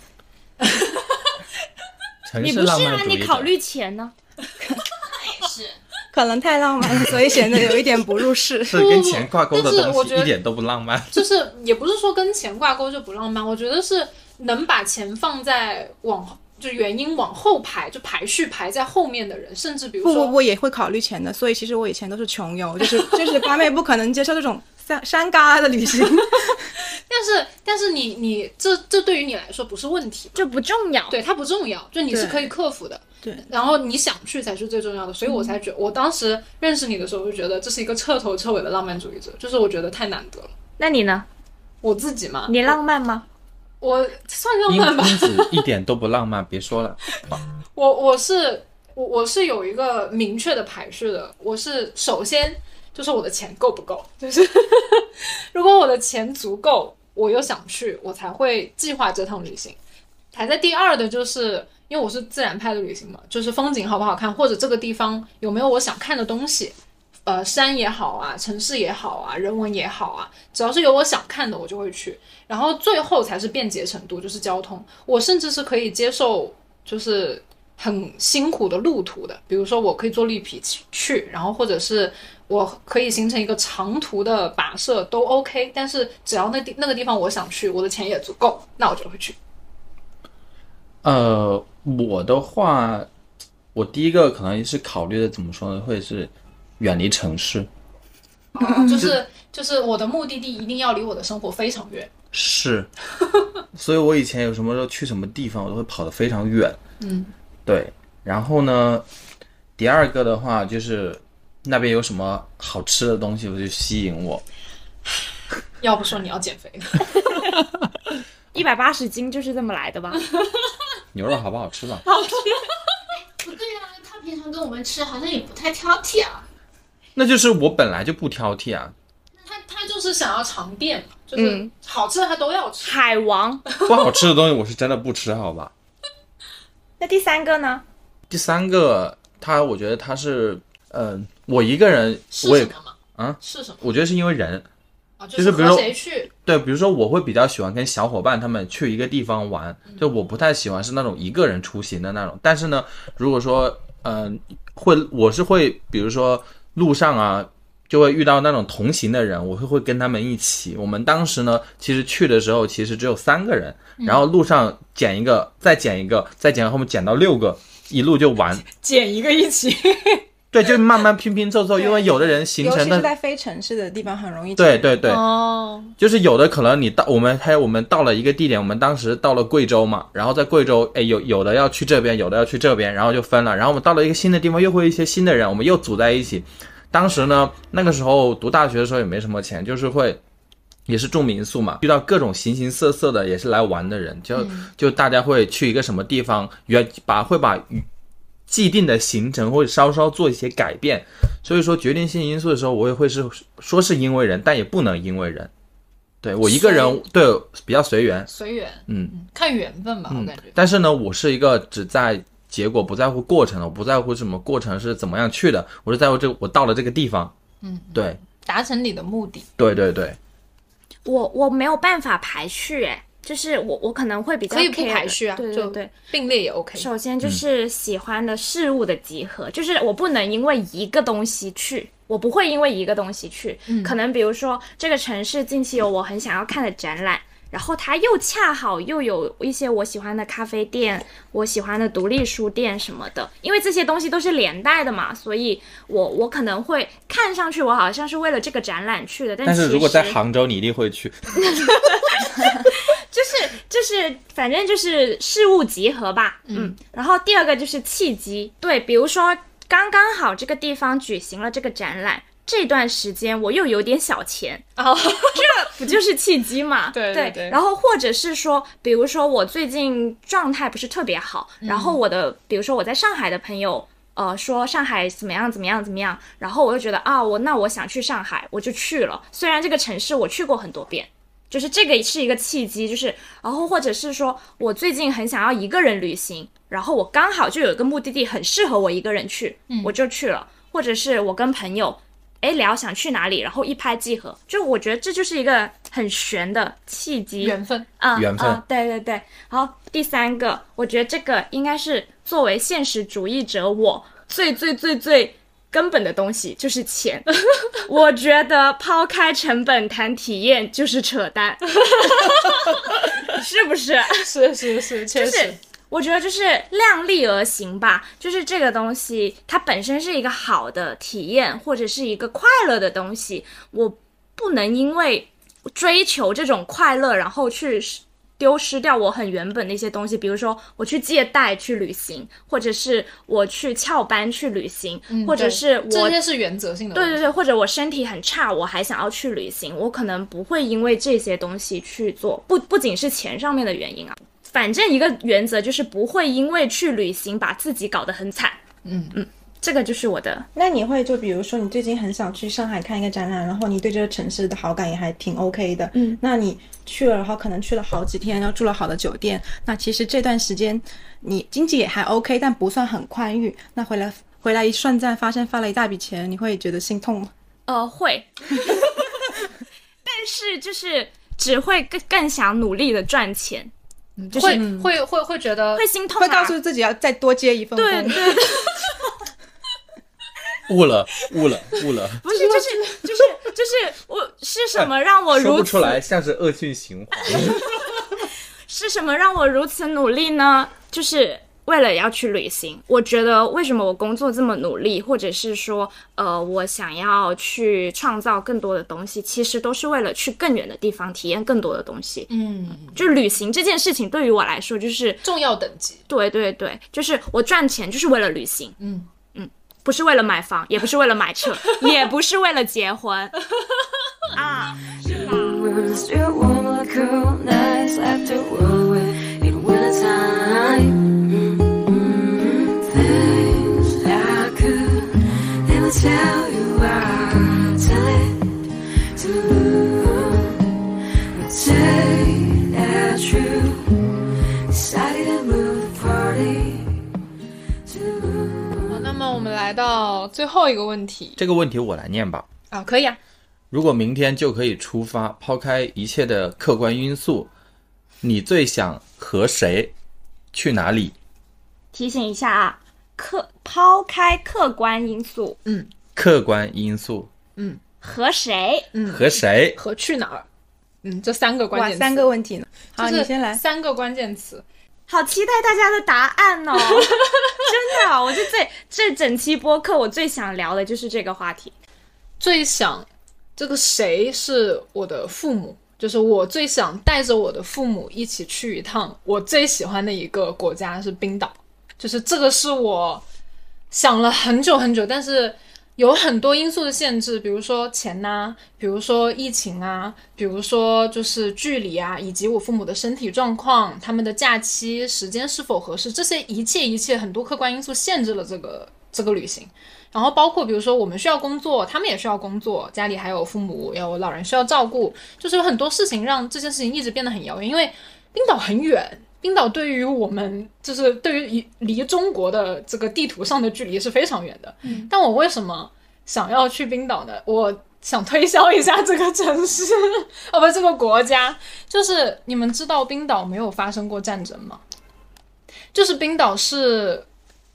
[SPEAKER 6] 城
[SPEAKER 4] 你
[SPEAKER 6] 市
[SPEAKER 4] 不
[SPEAKER 6] 浪
[SPEAKER 4] 是
[SPEAKER 6] 漫
[SPEAKER 4] 啊？
[SPEAKER 6] 主义
[SPEAKER 4] 你
[SPEAKER 6] 者。
[SPEAKER 4] 考虑钱呢？
[SPEAKER 5] 也是。
[SPEAKER 3] 可能太浪漫了，所以显得有一点不入世
[SPEAKER 6] 是跟钱挂钩的
[SPEAKER 2] 但是我
[SPEAKER 6] 东
[SPEAKER 2] 觉
[SPEAKER 6] 西
[SPEAKER 2] 得
[SPEAKER 6] 一点都不浪漫。
[SPEAKER 2] 就是也不是说跟钱挂钩就不浪漫，我觉得是能把钱放在往就原因往后排，就排序排在后面的人，甚至比如
[SPEAKER 3] 不
[SPEAKER 2] 说
[SPEAKER 3] 不，我也会考虑钱的，所以其实我以前都是穷游，就是就是八妹不可能接受这种山山旮旯的旅行。
[SPEAKER 2] 但是但是你你这这对于你来说不是问题，
[SPEAKER 4] 就不重要。
[SPEAKER 2] 对它不重要，就你是
[SPEAKER 3] 对
[SPEAKER 2] 可以克服的。
[SPEAKER 3] 对，
[SPEAKER 2] 然后你想去才是最重要的，所以我才觉我当时认识你的时候，我就觉得这是一个彻头彻尾的浪漫主义者，就是我觉得太难得了。
[SPEAKER 4] 那你呢？
[SPEAKER 2] 我自己嘛，
[SPEAKER 4] 你浪漫吗？
[SPEAKER 2] 我算浪
[SPEAKER 6] 英
[SPEAKER 2] 漫吧，
[SPEAKER 6] 英子一点都不浪漫，别说了。
[SPEAKER 2] 我我是我我是有一个明确的排序的，我是首先就是我的钱够不够，就是 如果我的钱足够，我又想去，我才会计划这趟旅行。排在第二的就是因为我是自然派的旅行嘛，就是风景好不好看，或者这个地方有没有我想看的东西。呃，山也好啊，城市也好啊，人文也好啊，只要是有我想看的，我就会去。然后最后才是便捷程度，就是交通。我甚至是可以接受，就是很辛苦的路途的，比如说我可以坐绿皮去去，然后或者是我可以形成一个长途的跋涉都 OK，但是只要那地那个地方我想去，我的钱也足够，那我就会去。
[SPEAKER 6] 呃，我的话，我第一个可能是考虑的怎么说呢，会是远离城市。嗯
[SPEAKER 2] 啊就是就是我的目的地一定要离我的生活非常 远。
[SPEAKER 6] 是，所以我以前有什么时候去什么地方，我都会跑得非常远。
[SPEAKER 2] 嗯，
[SPEAKER 6] 对。然后呢，第二个的话就是那边有什么好吃的东西，我就吸引我。
[SPEAKER 2] 要不说你要减肥呢？
[SPEAKER 4] 一百八十斤就是这么来的吧？
[SPEAKER 6] 牛肉好不好吃 吧？
[SPEAKER 5] 不对啊，他平常跟我们吃好像也不太挑剔啊。
[SPEAKER 6] 那就是我本来就不挑剔啊，
[SPEAKER 2] 他他就是想要尝遍嘛，就是
[SPEAKER 4] 嗯
[SPEAKER 2] 好吃的他都要吃。
[SPEAKER 4] 海王。
[SPEAKER 6] 不好吃的东西我是真的不吃，好吧？
[SPEAKER 4] 那第三个呢？
[SPEAKER 6] 第三个，他我觉得他是，嗯、我一个人
[SPEAKER 2] 是
[SPEAKER 6] 我
[SPEAKER 2] 什
[SPEAKER 6] 也
[SPEAKER 2] 么嘛？
[SPEAKER 6] 啊，
[SPEAKER 2] 是什么
[SPEAKER 6] 我觉得是因为人，
[SPEAKER 2] 啊？
[SPEAKER 6] 就是是比如说
[SPEAKER 2] 和谁去？
[SPEAKER 6] 对，比如说我会比较喜欢跟小伙伴他们去一个地方玩，
[SPEAKER 2] 嗯
[SPEAKER 6] 就我不太喜欢是那种一个人出行的那种。但是呢，如果说嗯、会我是会，比如说路上啊，就会遇到那种同行的人，我会会跟他们一起。我们当时呢，其实去的时候其实只有三个人，然后路上捡一个，再捡一个，再捡，后面捡到六个，一路就玩。
[SPEAKER 2] 减一个一起。
[SPEAKER 6] 对，就慢慢拼拼凑凑，因为有的人形
[SPEAKER 3] 尤其
[SPEAKER 6] 成
[SPEAKER 3] 是
[SPEAKER 6] 的，
[SPEAKER 3] 在嗯非城市的地方，很容易
[SPEAKER 6] 对对对，
[SPEAKER 2] 哦，
[SPEAKER 6] 就是有的可能你到我们还有我们到了一个地点，我们当时到了贵州嘛，然后在贵州，哎，有有的要去这边，有的要去这边，然后就分了。然后我们到了一个新的地方，又会一些新的人，我们又组在一起。当时呢，那个时候读大学的时候也没什么钱，就是会。也是住民宿嘛，遇到各种形形色色的，也是来玩的人，就、
[SPEAKER 2] 嗯
[SPEAKER 6] 就大家会去一个什么地方，原把会把既定的行程会稍稍做一些改变，所以说决定性因素的时候，我也会是说是因为人，但也不能因为人。对我一个人，对比较随缘，
[SPEAKER 2] 随缘，
[SPEAKER 6] 嗯
[SPEAKER 2] 嗯看缘分吧，我感觉。
[SPEAKER 6] 但是呢，我是一个只在结果不在乎过程的，我不在乎什么过程是怎么样去的，我就在乎这我到了这个地方。
[SPEAKER 2] 嗯，
[SPEAKER 6] 对
[SPEAKER 2] 达成你的目的。
[SPEAKER 6] 对对对，
[SPEAKER 4] 我我没有办法排序，哎，就是我我可能会比较
[SPEAKER 2] 可以不
[SPEAKER 4] care-
[SPEAKER 2] 排序啊
[SPEAKER 4] 对
[SPEAKER 2] 就
[SPEAKER 4] 对对。
[SPEAKER 2] 并列也 OK。
[SPEAKER 4] 首先就是喜欢的事物的集合，就是我不能因为一个东西去，我不会因为一个东西去。
[SPEAKER 6] 嗯
[SPEAKER 4] 可能比如说这个城市近期有我很想要看的展览，然后它又恰好又有一些我喜欢的咖啡店、我喜欢的独立书店什么的，因为这些东西都是连带的嘛，所以我我可能会看上去我好像是为了这个展览去的，但
[SPEAKER 6] 但是
[SPEAKER 4] 其
[SPEAKER 6] 如果在
[SPEAKER 4] 实
[SPEAKER 6] 杭州，你一定会去。
[SPEAKER 4] 就是就是，反正就是事物集合吧，嗯。然后第二个就是契机，对，比如说刚刚好这个地方举行了这个展览，这段时间我又有点小钱，
[SPEAKER 2] 哦，
[SPEAKER 4] 不就是契机嘛？
[SPEAKER 2] 对对
[SPEAKER 4] 对
[SPEAKER 2] 对
[SPEAKER 4] 然后或者是说，比如说我最近状态不是特别好，
[SPEAKER 2] 嗯
[SPEAKER 4] 然后我的，比如说我在上海的朋友。呃，说上海怎么样怎么样怎么样，然后我就觉得啊，我那我想去上海，我就去了。虽然这个城市我去过很多遍，就是这个是一个契机，就是然后或者是说我最近很想要一个人旅行，然后我刚好就有一个目的地很适合我一个人去，我就去了，或者是我跟朋友哎聊想去哪里，然后一拍即合，就我觉得这就是一个很玄的契机，
[SPEAKER 2] 缘分。
[SPEAKER 4] 啊，
[SPEAKER 6] 缘分
[SPEAKER 4] 啊对对对。好，第三个，我觉得这个应该是作为现实主义者我最最最最根本的东西就是钱。 我觉得抛开成本谈体验就是扯 淡， 是不是？
[SPEAKER 2] 是是是，确
[SPEAKER 4] 就
[SPEAKER 2] 实。
[SPEAKER 4] 是我觉得就是量力而行吧，就是这个东西它本身是一个好的体验或者是一个快乐的东西，我不能因为追求这种快乐，然后去失丢失掉我很原本的一些东西，比如说我去借贷去旅行，或者是我去翘班去旅行，或者
[SPEAKER 2] 嗯对
[SPEAKER 4] 是
[SPEAKER 2] 这
[SPEAKER 4] 我
[SPEAKER 2] 些是原则性的问
[SPEAKER 4] 对
[SPEAKER 2] 题。
[SPEAKER 4] 对对，或者我身体很差，我还想要去旅行，我可能不会因为这些东西去做，不不仅是钱上面的原因啊，反正一个原则就是不会因为去旅行把自己搞得很惨。
[SPEAKER 2] 嗯
[SPEAKER 4] 嗯，这个就是我的。
[SPEAKER 3] 那你会就比如说，你最近很想去上海看一个展览，然后你对这个城市的好感也还挺 OK 的，
[SPEAKER 4] 嗯，
[SPEAKER 3] 那你去了，然后可能去了好几天，然后住了好的酒店，那其实这段时间你经济也还 OK，但不算很宽裕，那回来回来一算账发现花了一大笔钱，你会觉得心痛吗？
[SPEAKER 4] 呃，会，但是就是只会更更想努力的赚钱，就是
[SPEAKER 2] 会会会会觉得
[SPEAKER 4] 会心痛、啊，
[SPEAKER 3] 会告诉自己要再多接一份
[SPEAKER 4] 对
[SPEAKER 3] 工，
[SPEAKER 4] 对，
[SPEAKER 6] 悟了，悟了，悟了，
[SPEAKER 4] 不是就是就是就是我是什么让我
[SPEAKER 6] 说
[SPEAKER 4] 如
[SPEAKER 6] 不
[SPEAKER 4] 此、
[SPEAKER 6] 出来，像是恶性循环。
[SPEAKER 4] 是什么让我如此努力呢？就是为了要去旅行。我觉得为什么我工作这么努力，或者是说，呃，我想要去创造更多的东西，其实都是为了去更远的地方体验更多的东西。
[SPEAKER 2] 嗯
[SPEAKER 4] 就旅行这件事情对于我来说，就是
[SPEAKER 2] 重要等级，
[SPEAKER 4] 对对对，就是我赚钱就是为了旅行，
[SPEAKER 2] 嗯
[SPEAKER 4] 不是为了买房，也不是为了买 车，也不是为了结婚。
[SPEAKER 7] rumors You're warm like cold nights after whirlwind in wintertime mm Things I could never tell you I tell it to I take that true Decided to move the party to
[SPEAKER 2] 好，那么我们来到最后一个问题
[SPEAKER 6] 这个问题我来念吧。
[SPEAKER 2] 啊，可以啊，
[SPEAKER 6] 如果明天就可以出发，抛开一切的客观因素，你最想和谁去哪里？
[SPEAKER 4] 提醒一下啊，客抛开客观因素，
[SPEAKER 6] 客观因素
[SPEAKER 4] 和谁？
[SPEAKER 6] 和谁？
[SPEAKER 2] 和去哪儿？嗯，这三个关
[SPEAKER 3] 哇，
[SPEAKER 2] 键词，
[SPEAKER 3] 三个问题呢，好，
[SPEAKER 2] 就是
[SPEAKER 3] 你先来，
[SPEAKER 2] 三个关键词。
[SPEAKER 4] 好期待大家的答案哦！ 真的，我就这这整期播客我最想聊的就是这个话题。
[SPEAKER 2] 最想这个谁是我的父母，就是我最想带着我的父母一起去一趟我最喜欢的一个国家是冰岛，就是这个是我想了很久很久，但是有很多因素的限制，比如说钱呐、比如说疫情啊，比如说就是距离啊，以及我父母的身体状况、他们的假期时间是否合适，这些一切一切很多客观因素限制了这个这个旅行。然后包括比如说我们需要工作，他们也需要工作，家里还有父母，有老人需要照顾，就是有很多事情让这件事情一直变得很遥远。因为冰岛很远，冰岛对于我们就是对于离离中国的这个地图上的距离是非常远的。但我为什么想要去冰岛呢？我想推销一下这个城市， 哦不，这个国家。就是你们知道冰岛没有发生过战争吗？就是冰岛是，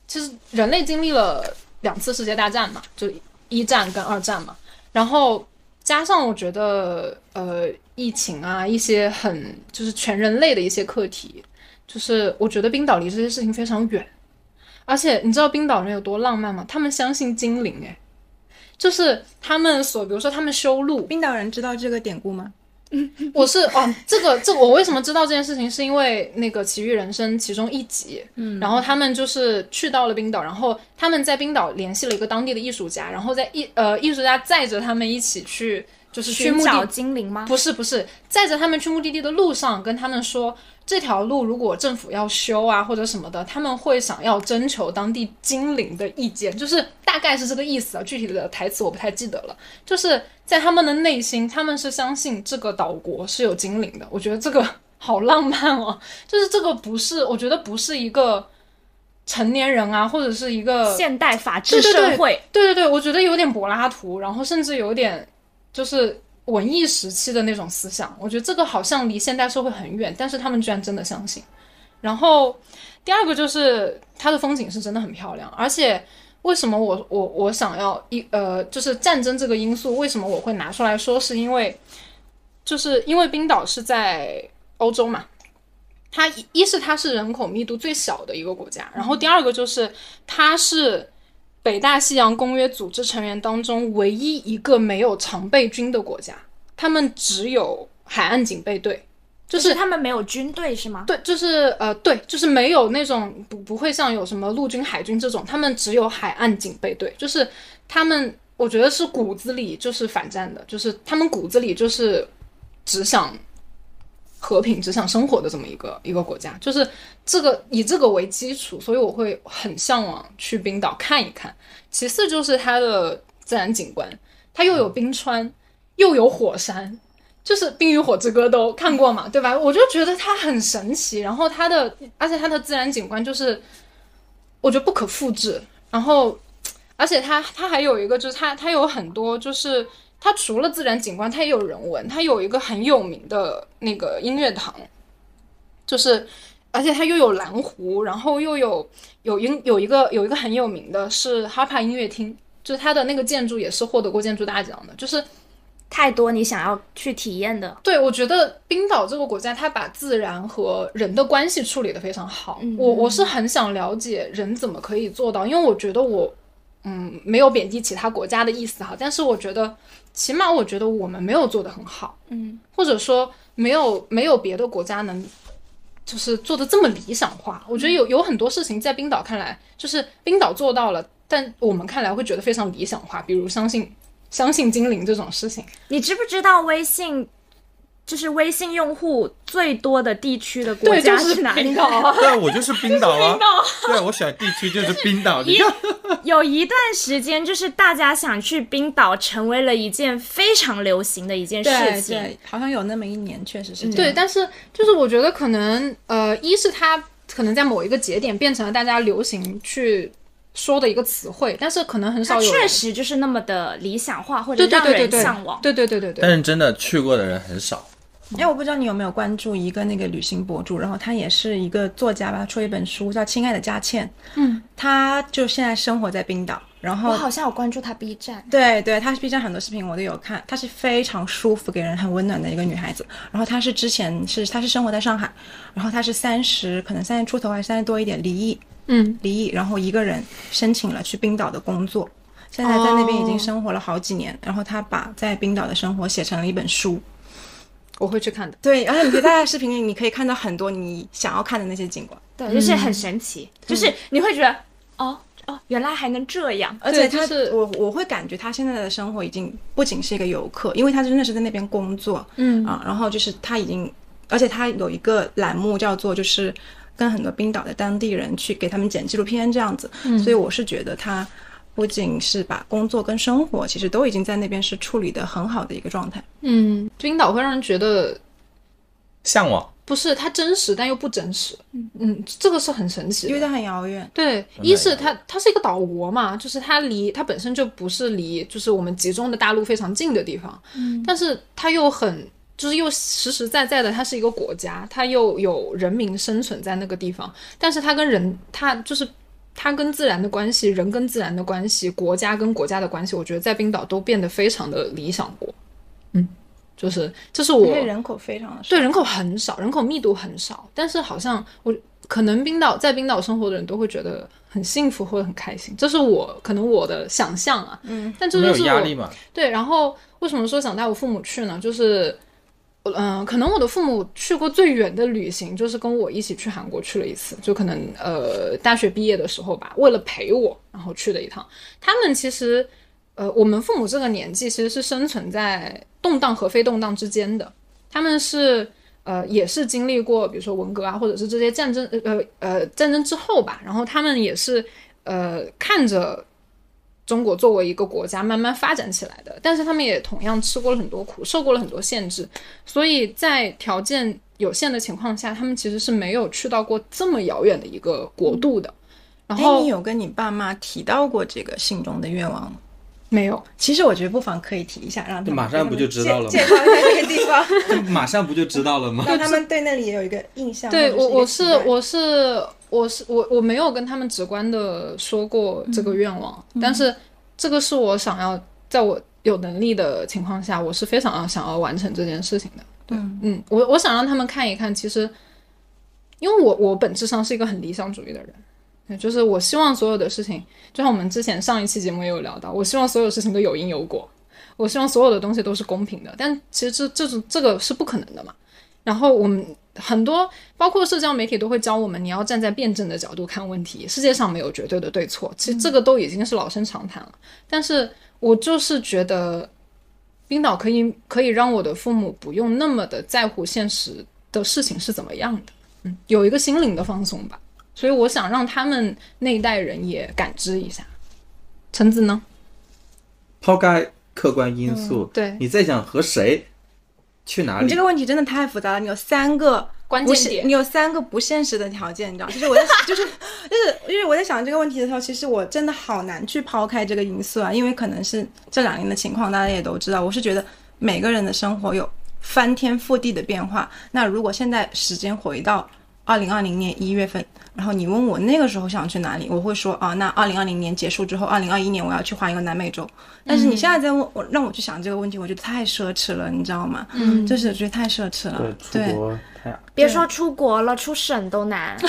[SPEAKER 2] 其实人类经历了两次世界大战嘛，就一战跟二战嘛，然后加上我觉得呃疫情啊一些很就是全人类的一些课题，就是我觉得冰岛离这些事情非常远，而且你知道冰岛人有多浪漫吗？他们相信精灵，诶，就是他们所比如说他们修路，
[SPEAKER 3] 冰岛人知道这个典故吗？
[SPEAKER 2] 我是哦，这个这个我为什么知道这件事情，是因为那个《奇遇人生》其中一集，嗯，然后他们就是去到了冰岛，然后他们在冰岛联系了一个当地的艺术家，然后在艺呃艺术家载着他们一起去，就是去
[SPEAKER 4] 寻
[SPEAKER 2] 目
[SPEAKER 4] 找
[SPEAKER 2] 的
[SPEAKER 4] 精灵吗？
[SPEAKER 2] 不是不是，载着他们去目的地的路上，跟他们说这条路如果政府要修啊或者什么的，他们会想要征求当地精灵的意见，就是大概是这个意思啊。具体的台词我不太记得了，就是在他们的内心，他们是相信这个岛国是有精灵的。我觉得这个 好浪漫哦，就是这个不是，我觉得不是一个成年人啊，或者是一个
[SPEAKER 4] 现代法治
[SPEAKER 2] 对对对
[SPEAKER 4] 社会，
[SPEAKER 2] 对对对，我觉得有点柏拉图，然后甚至有点就是文艺时期的那种思想。我觉得这个好像离现代社会很远，但是他们居然真的相信。然后第二个就是它的风景是真的很漂亮，而且为什么我我我想要一呃，就是战争这个因素，为什么我会拿出来说？是因为就是因为冰岛是在欧洲嘛，它一一是它是人口密度最小的一个国家，然后第二个就是它是北大西洋公约组织成员当中唯一一个没有常备军的国家，他们只有海岸警备队，就
[SPEAKER 4] 就是是他们没有军队是吗？
[SPEAKER 2] 对，就是呃，对，就是没有那种不不会像有什么陆军、海军这种，他们只有海岸警备队，就是他们，我觉得是骨子里就是反战的，就是他们骨子里就是只想和平、只想生活的这么一个一个国家，就是这个以这个为基础，所以我会很向往去冰岛看一看。其次就是它的自然景观，它又有冰川，又有火山，就是《冰与火之歌》都看过嘛，对吧？我就觉得它很神奇，然后它的，而且它的自然景观就是，我觉得不可复制。然后，而且它它还有一个就是它它有很多就是它除了自然景观，它也有人文，它有一个很有名的那个音乐堂，就是。而且它又有蓝湖，然后又有有音有一个有一个很有名的是哈帕音乐厅，就是它的那个建筑也是获得过建筑大奖的，就是
[SPEAKER 4] 太多你想要去体验的，
[SPEAKER 2] 对，我觉得冰岛这个国家，它把自然和人的关系处理得非常好。
[SPEAKER 4] 嗯
[SPEAKER 2] 我我是很想了解人怎么可以做到，因为我觉得我，嗯，没有贬低其他国家的意思哈，但是我觉得，起码我觉得我们没有做得很好，
[SPEAKER 4] 嗯，
[SPEAKER 2] 或者说没有没有别的国家能。就是做的这么理想化，我觉得
[SPEAKER 4] 嗯
[SPEAKER 2] 有有很多事情在冰岛看来，就是冰岛做到了，但我们看来会觉得非常理想化，比如相信相信精灵这种事情。
[SPEAKER 4] 你知不知道微信就是微信用户最多的地区的国
[SPEAKER 2] 对，就
[SPEAKER 4] 家
[SPEAKER 2] 是
[SPEAKER 4] 哪里
[SPEAKER 2] 冰？岛啊，
[SPEAKER 6] 对，我就是冰岛啊，对我选地区就是冰岛，你看，
[SPEAKER 4] 有一段时间，就是大家想去冰岛，成为了一件非常流行的一件事
[SPEAKER 3] 对
[SPEAKER 4] 情。
[SPEAKER 3] 对，好像有那么一年确实是这
[SPEAKER 2] 嗯对，
[SPEAKER 3] 样。
[SPEAKER 2] 但是就是我觉得可能呃，一是它可能在某一个节点变成了大家流行去说的一个词汇，但是可能很
[SPEAKER 4] 它
[SPEAKER 2] 少有人
[SPEAKER 4] 确实就是那么的理想化，或者
[SPEAKER 2] 对对
[SPEAKER 4] 让
[SPEAKER 2] 对对
[SPEAKER 4] 人
[SPEAKER 2] 对
[SPEAKER 4] 向往。
[SPEAKER 2] 对对对对对
[SPEAKER 6] 但。是真的去过的人很少。
[SPEAKER 3] 哎，我不知道你有没有关注一个那个旅行博主，然后他也是一个作家吧，他出了一本书叫《亲爱的佳倩》，嗯，他就现在生活在冰岛，然
[SPEAKER 4] 我
[SPEAKER 3] 后
[SPEAKER 4] 好像有关注他 B 站，
[SPEAKER 3] 对对，她是 B 站很多视频我都有看，她是非常舒服、给人很温暖的一个女孩子。然后她是之前是她是生活在上海，然后她是三十可能三十出头还是三十多一点离异，
[SPEAKER 2] 嗯，
[SPEAKER 3] 离异，然后一个人申请了去冰岛的工作，现在在那边已
[SPEAKER 4] 哦
[SPEAKER 3] 经生活了好几年。然后她把在冰岛的生活写成了一本书，
[SPEAKER 2] 我会去看的。
[SPEAKER 3] 对，而且你可以在她的视频里你可以看到很多你想要看的那些景观。
[SPEAKER 4] 对，
[SPEAKER 2] 嗯
[SPEAKER 4] 就是很神奇，就是你会觉得，哦哦，原来还能这样。
[SPEAKER 3] 而且
[SPEAKER 2] 对就
[SPEAKER 3] 他，
[SPEAKER 2] 是
[SPEAKER 3] 我我会感觉他现在的生活已经不仅是一个游客，因为他真的是在那边工作，嗯啊，然后就是他已经，而且他有一个栏目叫做就是跟很多冰岛的当地人去给他们剪纪录片这样子，
[SPEAKER 2] 嗯
[SPEAKER 3] 所以我是觉得他不仅是把工作跟生活其实都已经在那边是处理的很好的一个状态，
[SPEAKER 2] 嗯，冰岛会让人觉得
[SPEAKER 6] 向往，
[SPEAKER 2] 不是它真实，但又不真实。嗯嗯，这个是很神奇的。
[SPEAKER 3] 因为他很遥远，
[SPEAKER 2] 对，
[SPEAKER 6] 很
[SPEAKER 2] 一
[SPEAKER 6] 美
[SPEAKER 2] 是
[SPEAKER 6] 的
[SPEAKER 2] 它它是一个岛国嘛，就是它离它本身就不是离就是我们集中的大陆非常近的地方，但是它又很就是又实实在在的，它是一个国家，它又有人民生存在那个地方，但是它跟人它就是。它跟自然的关系，人跟自然的关系，国家跟国家的关系，我觉得在冰岛都变得非常的理想国。嗯，就是这是我
[SPEAKER 3] 因为人口非常的少。
[SPEAKER 2] 对，人口很少，人口密度很少，但是好像我可能冰岛在冰岛生活的人都会觉得很幸福或者很开心，这是我可能我的想象啊。嗯，但这
[SPEAKER 6] 没
[SPEAKER 2] 就
[SPEAKER 6] 有
[SPEAKER 2] 是我
[SPEAKER 6] 压力嘛？
[SPEAKER 2] 对，然后为什么说想带我父母去呢？就是，嗯、可能我的父母去过最远的旅行，就是跟我一起去韩国去了一次，就可能呃大学毕业的时候吧，为了陪我，然后去了一趟。他们其实，呃，我们父母这个年纪其实是生存在动荡和非动荡之间的，他们是。呃，也是经历过，比如说文革啊，或者是这些战争，呃呃呃战争之后吧，然后他们也是，呃，看着中国作为一个国家慢慢发展起来的，但是他们也同样吃过了很多苦，受过了很多限制，所以在条件有限的情况下，他们其实是没有去到过这么遥远的一个国度的。然
[SPEAKER 3] 哎，
[SPEAKER 2] 后
[SPEAKER 3] 你有跟你爸妈提到过这个心中的愿望吗？
[SPEAKER 2] 没有，
[SPEAKER 3] 其实我觉得不妨可以提一下，让他们
[SPEAKER 6] 马上不就知道了吗
[SPEAKER 3] 介介绍一下这个地 方，
[SPEAKER 6] 马上不就知道了吗？
[SPEAKER 3] 让他们对那里也有一个印象。
[SPEAKER 2] 对
[SPEAKER 3] 或者
[SPEAKER 2] 我，我
[SPEAKER 3] 一
[SPEAKER 2] 是
[SPEAKER 3] 个期待
[SPEAKER 2] 我是我是我我没有跟他们直观的说过这
[SPEAKER 3] 嗯
[SPEAKER 2] 个愿望，但是这个是我想要在我有能力的情况下，我是非常要想要完成这件事情的。对，嗯我我想让他们看一看，其实因为我我本质上是一个很理想主义的人。对就是我希望所有的事情，就像我们之前上一期节目也有聊到，我希望所有事情都有因有果，我希望所有的东西都是公平的。但其实这这种这个是不可能的嘛。然后我们很多包括社交媒体都会教我们，你要站在辩证的角度看问题。世界上没有绝对的对错，其实这个都已经是老生常谈了。但是我就是觉得，冰岛可以可以让我的父母不用那么的在乎现实的事情是怎么样的，嗯，有一个心灵的放松吧。所以我想让他们那一代人也感知一下。橙子呢？
[SPEAKER 6] 抛开客观因素，
[SPEAKER 2] 对
[SPEAKER 6] 你在想和谁去哪
[SPEAKER 3] 你
[SPEAKER 6] 里
[SPEAKER 3] 这？个问题真的太复杂了，你有三个
[SPEAKER 2] 关
[SPEAKER 3] 不
[SPEAKER 2] 键
[SPEAKER 3] 是
[SPEAKER 2] 点
[SPEAKER 3] 你有三个不现实的条件，你知道？就是我在就是就是就是我在想这个问题的时候，其实我真的好难去抛开这个因素啊，因为可能是这两年的情况，大家也都知道。我是觉得每个人的生活有翻天覆地的变化。那如果现在时间回到二零二零年一月份，然后你问我那个时候想去哪里，我会说啊，那二零二零年结束之后，二零二一年我要去环游南美洲。
[SPEAKER 2] 嗯
[SPEAKER 3] 但是你现在再问我，让我去想这个问题，我觉得太奢侈了，你知道吗？嗯，就是觉得太奢侈了。对，
[SPEAKER 6] 国太
[SPEAKER 4] 别说出国了，出省都难。
[SPEAKER 2] 嗯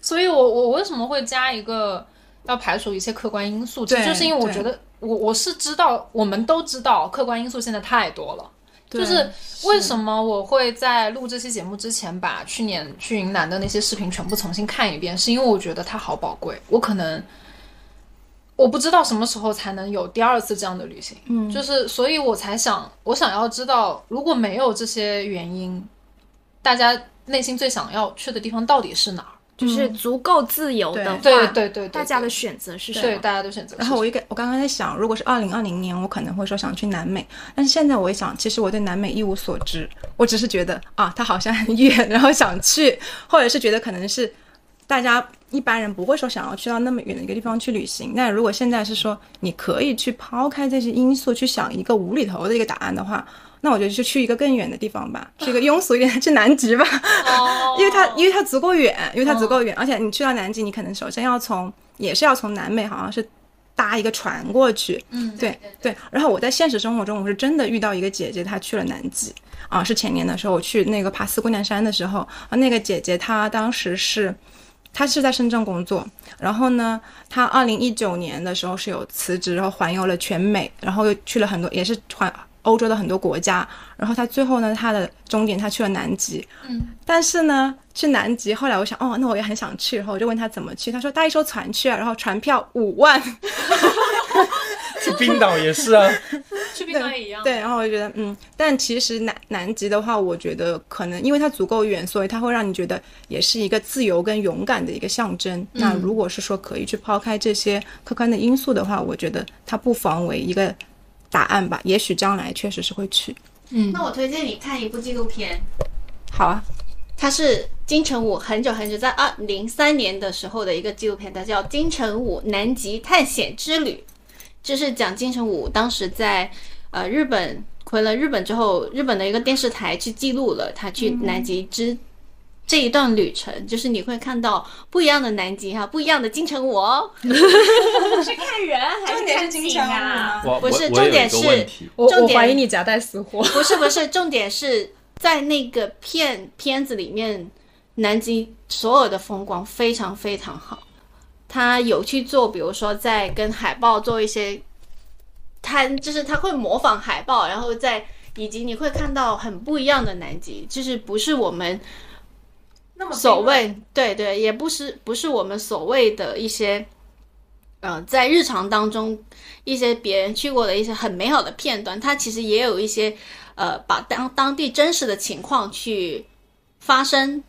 [SPEAKER 2] 所以我我为什么会加一个要排除一些客观因素，其实
[SPEAKER 3] 对
[SPEAKER 2] 就是因为我
[SPEAKER 3] 对
[SPEAKER 2] 觉得我我是知道，我们都知道客观因素现在太多了。就是为什么我会在录这期节目之前把去年去云南的那些视频全部重新看一遍，是因为我觉得它好宝贵，我可能我不知道什么时候才能有第二次这样的旅行，嗯，就是所以我才想，我想要知道如果没有这些原因，大家内心最想要去的地方到底是哪儿？
[SPEAKER 4] 就是足够自由的话，
[SPEAKER 2] 对对对对
[SPEAKER 4] 大家的选择是什
[SPEAKER 2] 对，
[SPEAKER 4] 么？
[SPEAKER 2] 大家都选择。
[SPEAKER 3] 然后我一个，我刚刚在想，如果是二零二零年，我可能会说想去南美，但是现在我一想，其实我对南美一无所知，我只是觉得啊，它好像 很远，然后想去，或者是觉得可能是大家一般人不会说想要去到那么远的一个地方去旅行。那如果现在是说你可以去抛开这些因素去想一个无厘头的一个答案的话，那我觉得就去一个更远的地方吧，去一个庸俗一点，去南极吧。 因为它因为它足够远，因为它足够远，而且你去到南极，你可能首先要从也是要从南美，好像是搭一个船过去。嗯，对对。然后我在现实生活中，我是真的遇到一个姐姐，她去了南极啊，是前年的时候，我去那个爬四姑娘山的时候，啊，那个姐姐她当时是。她是在深圳工作，然后呢，她二零一九年的时候是有辞职，然后环游了全美，然后又去了很多，也是环欧洲的很多国家，然后她最后呢，她的终点她去了南极，但是呢，去南极，后来我想，哦，那我也很想去，然后我就问他怎么去，他说搭一艘船去啊，然后船票五万，
[SPEAKER 6] 去冰岛也是啊，
[SPEAKER 1] 去冰岛也一样。
[SPEAKER 3] 对，然后我就觉得，嗯，但其实南南极的话，我觉得可能因为它足够远，所以它会让你觉得也是一个自由跟勇敢的一个象征。那
[SPEAKER 5] 嗯
[SPEAKER 3] 如果是说可以去抛开这些客观的因素的话，我觉得它不妨为一个答案吧，也许将来确实是会去。
[SPEAKER 5] 那我推荐你看一部纪录片，
[SPEAKER 3] 好啊，
[SPEAKER 5] 它是金城武很久很久在二零三年的时候的一个纪录片，它叫《金城武南极探险之旅》，就是讲金城武当时在呃日本回了日本之后，日本的一个电视台去记录了他去南
[SPEAKER 2] 嗯
[SPEAKER 5] 极之。这一段旅程，就是你会看到不一样的南极哈、不一样的金城武哦。是看人还是看景啊？
[SPEAKER 6] 我
[SPEAKER 5] 不是，
[SPEAKER 6] 我我
[SPEAKER 5] 重
[SPEAKER 6] 有一
[SPEAKER 5] 点
[SPEAKER 6] 个
[SPEAKER 5] 是
[SPEAKER 6] 问题，
[SPEAKER 2] 我
[SPEAKER 5] 重
[SPEAKER 2] 我
[SPEAKER 5] 点
[SPEAKER 2] 怀疑你夹带私货。
[SPEAKER 5] 不是不是，重点是在那个片片子里面，南极所有的风光非常非常好。他有去做，比如说在跟海豹做一些摊，就是他会模仿海豹，然后在以及你会看到很不一样的南极，就是不是我们
[SPEAKER 1] 那么
[SPEAKER 5] 所谓对对，也不是不是我们所谓的一些，呃，在日常当中一些别人去过的一些很美好的片段，它其实也有一些呃，把当当地真实的情况去发生，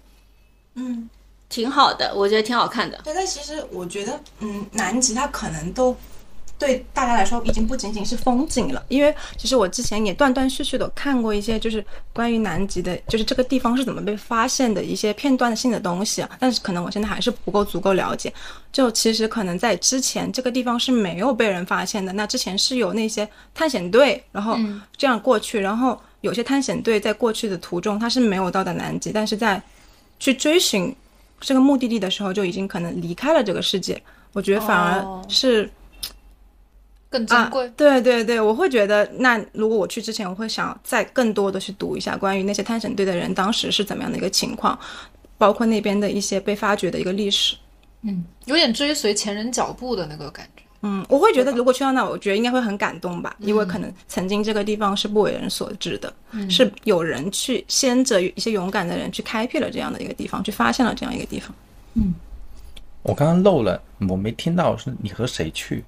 [SPEAKER 3] 嗯，
[SPEAKER 5] 挺好的，我觉得挺好看的。
[SPEAKER 3] 对，但其实我觉得，嗯，南极它可能都对大家来说已经不仅仅是风景了，因为其实我之前也断断续续的看过一些就是关于南极的，就是这个地方是怎么被发现的一些片段性的东西啊，但是可能我现在还是不够足够了解。就其实可能在之前这个地方是没有被人发现的，那之前是有那些探险队，然后这样过去，然后有些探险队在过去的途中它是没有到达南极，但是在去追寻这个目的地的时候就已经可能离开了这个世界。我觉得反而是、
[SPEAKER 2] 更珍贵。
[SPEAKER 3] 啊。对对对，我会觉得，那如果我去之前，我会想再更多的去读一下关于那些探险队的人当时是怎么样的一个情况，包括那边的一些被发掘的一个历史。
[SPEAKER 2] 嗯，有点追随前人脚步的那个感觉。
[SPEAKER 3] 嗯，我会觉得，如果去到那，我觉得应该会很感动吧，因为可能曾经这个地方是不为人所知的，是有人去先着一些勇敢的人去开辟了这样的一个地方，去发现了这样一个地方。
[SPEAKER 6] 我刚刚漏了，我没听到是你和谁去。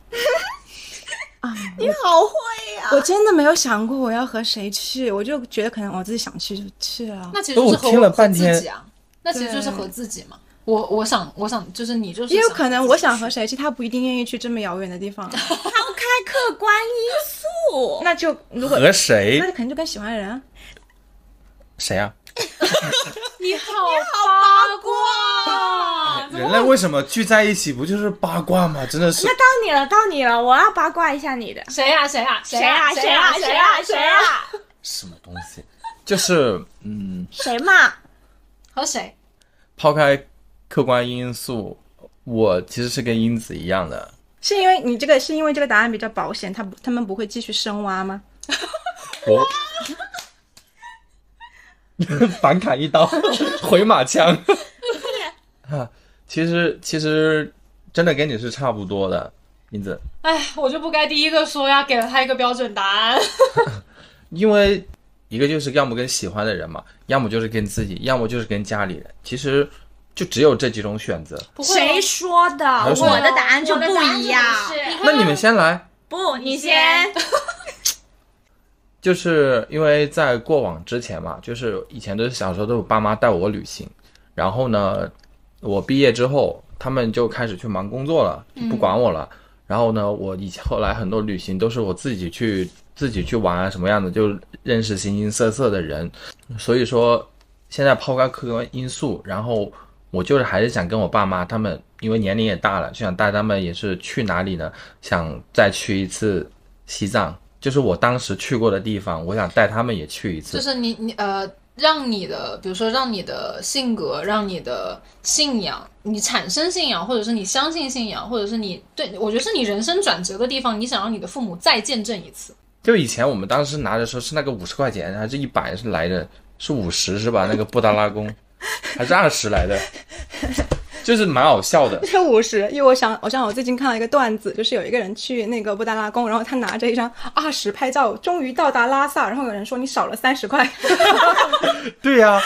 [SPEAKER 3] 我真的没有想过我要和谁去，我就觉得可能我自己想去就去了。
[SPEAKER 2] 那其实就
[SPEAKER 6] 哦
[SPEAKER 2] 是
[SPEAKER 6] 我
[SPEAKER 2] 和
[SPEAKER 6] 听了
[SPEAKER 2] 和
[SPEAKER 6] 半
[SPEAKER 2] 自
[SPEAKER 6] 天
[SPEAKER 2] 己啊，那其实就是和自己嘛。我我想我想就是你就是
[SPEAKER 3] 也有可能
[SPEAKER 2] 自己
[SPEAKER 3] 我想
[SPEAKER 2] 去
[SPEAKER 3] 和谁去，他哦不一定愿意去这么遥远的地方。
[SPEAKER 8] 抛开客观因素，
[SPEAKER 3] 那 就如果
[SPEAKER 6] 和谁
[SPEAKER 3] 那？肯定就跟喜欢的人啊。
[SPEAKER 6] 谁啊？
[SPEAKER 2] 你好八卦，
[SPEAKER 6] 人类为什么聚在一起不就是八卦吗？真的是
[SPEAKER 8] 那到你了，到你了，我要八卦一下你的，
[SPEAKER 2] 谁呀谁呀谁
[SPEAKER 8] 谁啊
[SPEAKER 2] 谁
[SPEAKER 8] 谁啊
[SPEAKER 2] 谁
[SPEAKER 8] 谁啊谁
[SPEAKER 2] 呀？
[SPEAKER 8] 啊
[SPEAKER 6] 什么东西？就是嗯，
[SPEAKER 2] 啊
[SPEAKER 8] 谁嘛？
[SPEAKER 2] 和谁？
[SPEAKER 6] 抛开客观因素，我其实是跟英子一样的。
[SPEAKER 3] 是因为你这个是因为这个答案比较保险，他不他们不会继续深挖吗？
[SPEAKER 6] 我 反砍一刀， 回马枪。啊，其实其实真的跟你是差不多的，英子，
[SPEAKER 2] 哎，我就不该第一个说呀，给了他一个标准答案。
[SPEAKER 6] 因为一个就是要么跟喜欢的人嘛，要么就是跟自己，要么就是跟家里人。其实就只有这几种选择。
[SPEAKER 2] 不会
[SPEAKER 8] 谁说的？
[SPEAKER 6] 还有什么
[SPEAKER 8] 我的答案就
[SPEAKER 5] 我的
[SPEAKER 8] 不
[SPEAKER 5] 答案
[SPEAKER 8] 一样。
[SPEAKER 5] 就是
[SPEAKER 6] 那你们先来。
[SPEAKER 8] 不，你先。
[SPEAKER 6] 就是因为在过往之前嘛，就是以前都是小时候都有爸妈带我旅行，然后呢，我毕业之后，他们就开始去忙工作了，就不管我了。然后呢，我以前后来很多旅行都是我自己去自己去玩啊，什么样的就认识形形色色的人。所以说，现在抛开客观因素，然后我就是还是想跟我爸妈他们，因为年龄也大了，就想带他们也是去哪里呢？想再去一次西藏，就是我当时去过的地方，我想带他们也去一次。
[SPEAKER 2] 就是你你呃，让你的，比如说让你的性格，让你的信仰，你产生信仰，或者是你相信信仰，或者是你对我觉得是你人生转折的地方，你想让你的父母再见证一次。
[SPEAKER 6] 就以前我们当时拿的时候是那个五十块钱还是一百是来着？是五十是吧？那个布达拉宫还是二十来的， 就是蛮好笑的。
[SPEAKER 3] 这五十，因为我想，我想我最近看到一个段子，就是有一个人去那个布达拉宫，然后他拿着一张二十拍照，终于到达拉萨，然后有人说你少了三十块，
[SPEAKER 6] 对呀、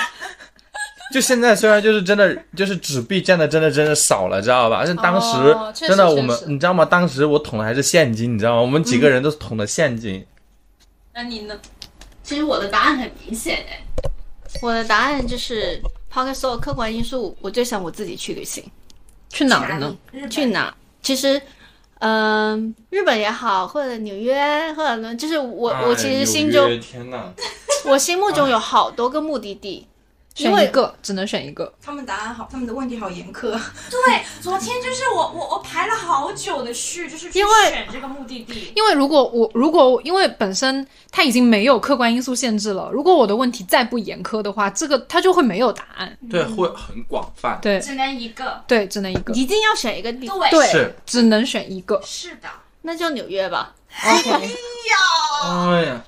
[SPEAKER 6] 就现在虽然就是真的就是纸币占的真的真的少了，知道吧？但当时
[SPEAKER 2] 哦确实
[SPEAKER 6] 真的
[SPEAKER 2] 确
[SPEAKER 6] 我们
[SPEAKER 2] 实
[SPEAKER 6] 你知道吗？当时我捅的还是现金，你知道吗？我们几个人都捅的现金。
[SPEAKER 2] 那你呢？
[SPEAKER 5] 其实我的答案很明显哎，我的答案就是抛开所有客观因素，我就想我自己去旅行。
[SPEAKER 2] 去哪儿呢？
[SPEAKER 5] 去哪？其实，嗯、日本也好，或者纽约，或者呢，就是我、
[SPEAKER 6] 啊
[SPEAKER 5] 我其实心中
[SPEAKER 6] 哎天呐，
[SPEAKER 5] 我心目中有好多个目的地。
[SPEAKER 2] 选一个，只能选一个。
[SPEAKER 3] 他们答案好，他们的问题好严苛。
[SPEAKER 8] 对，昨天就是我我我排了好久的序，就是去
[SPEAKER 5] 因为
[SPEAKER 8] 选这个目的地。
[SPEAKER 2] 因为如果我如果因为本身它已经没有客观因素限制了，如果我的问题再不严苛的话，这个它就会没有答案。
[SPEAKER 6] 对，会很广泛。
[SPEAKER 2] 对
[SPEAKER 8] 只能一个。
[SPEAKER 2] 对，只能一个，
[SPEAKER 5] 一定要选一个地方，
[SPEAKER 8] 对，
[SPEAKER 6] 是，
[SPEAKER 2] 只能选一个。
[SPEAKER 8] 是的。
[SPEAKER 5] 那就纽约吧。
[SPEAKER 2] OK，
[SPEAKER 6] 哎呀，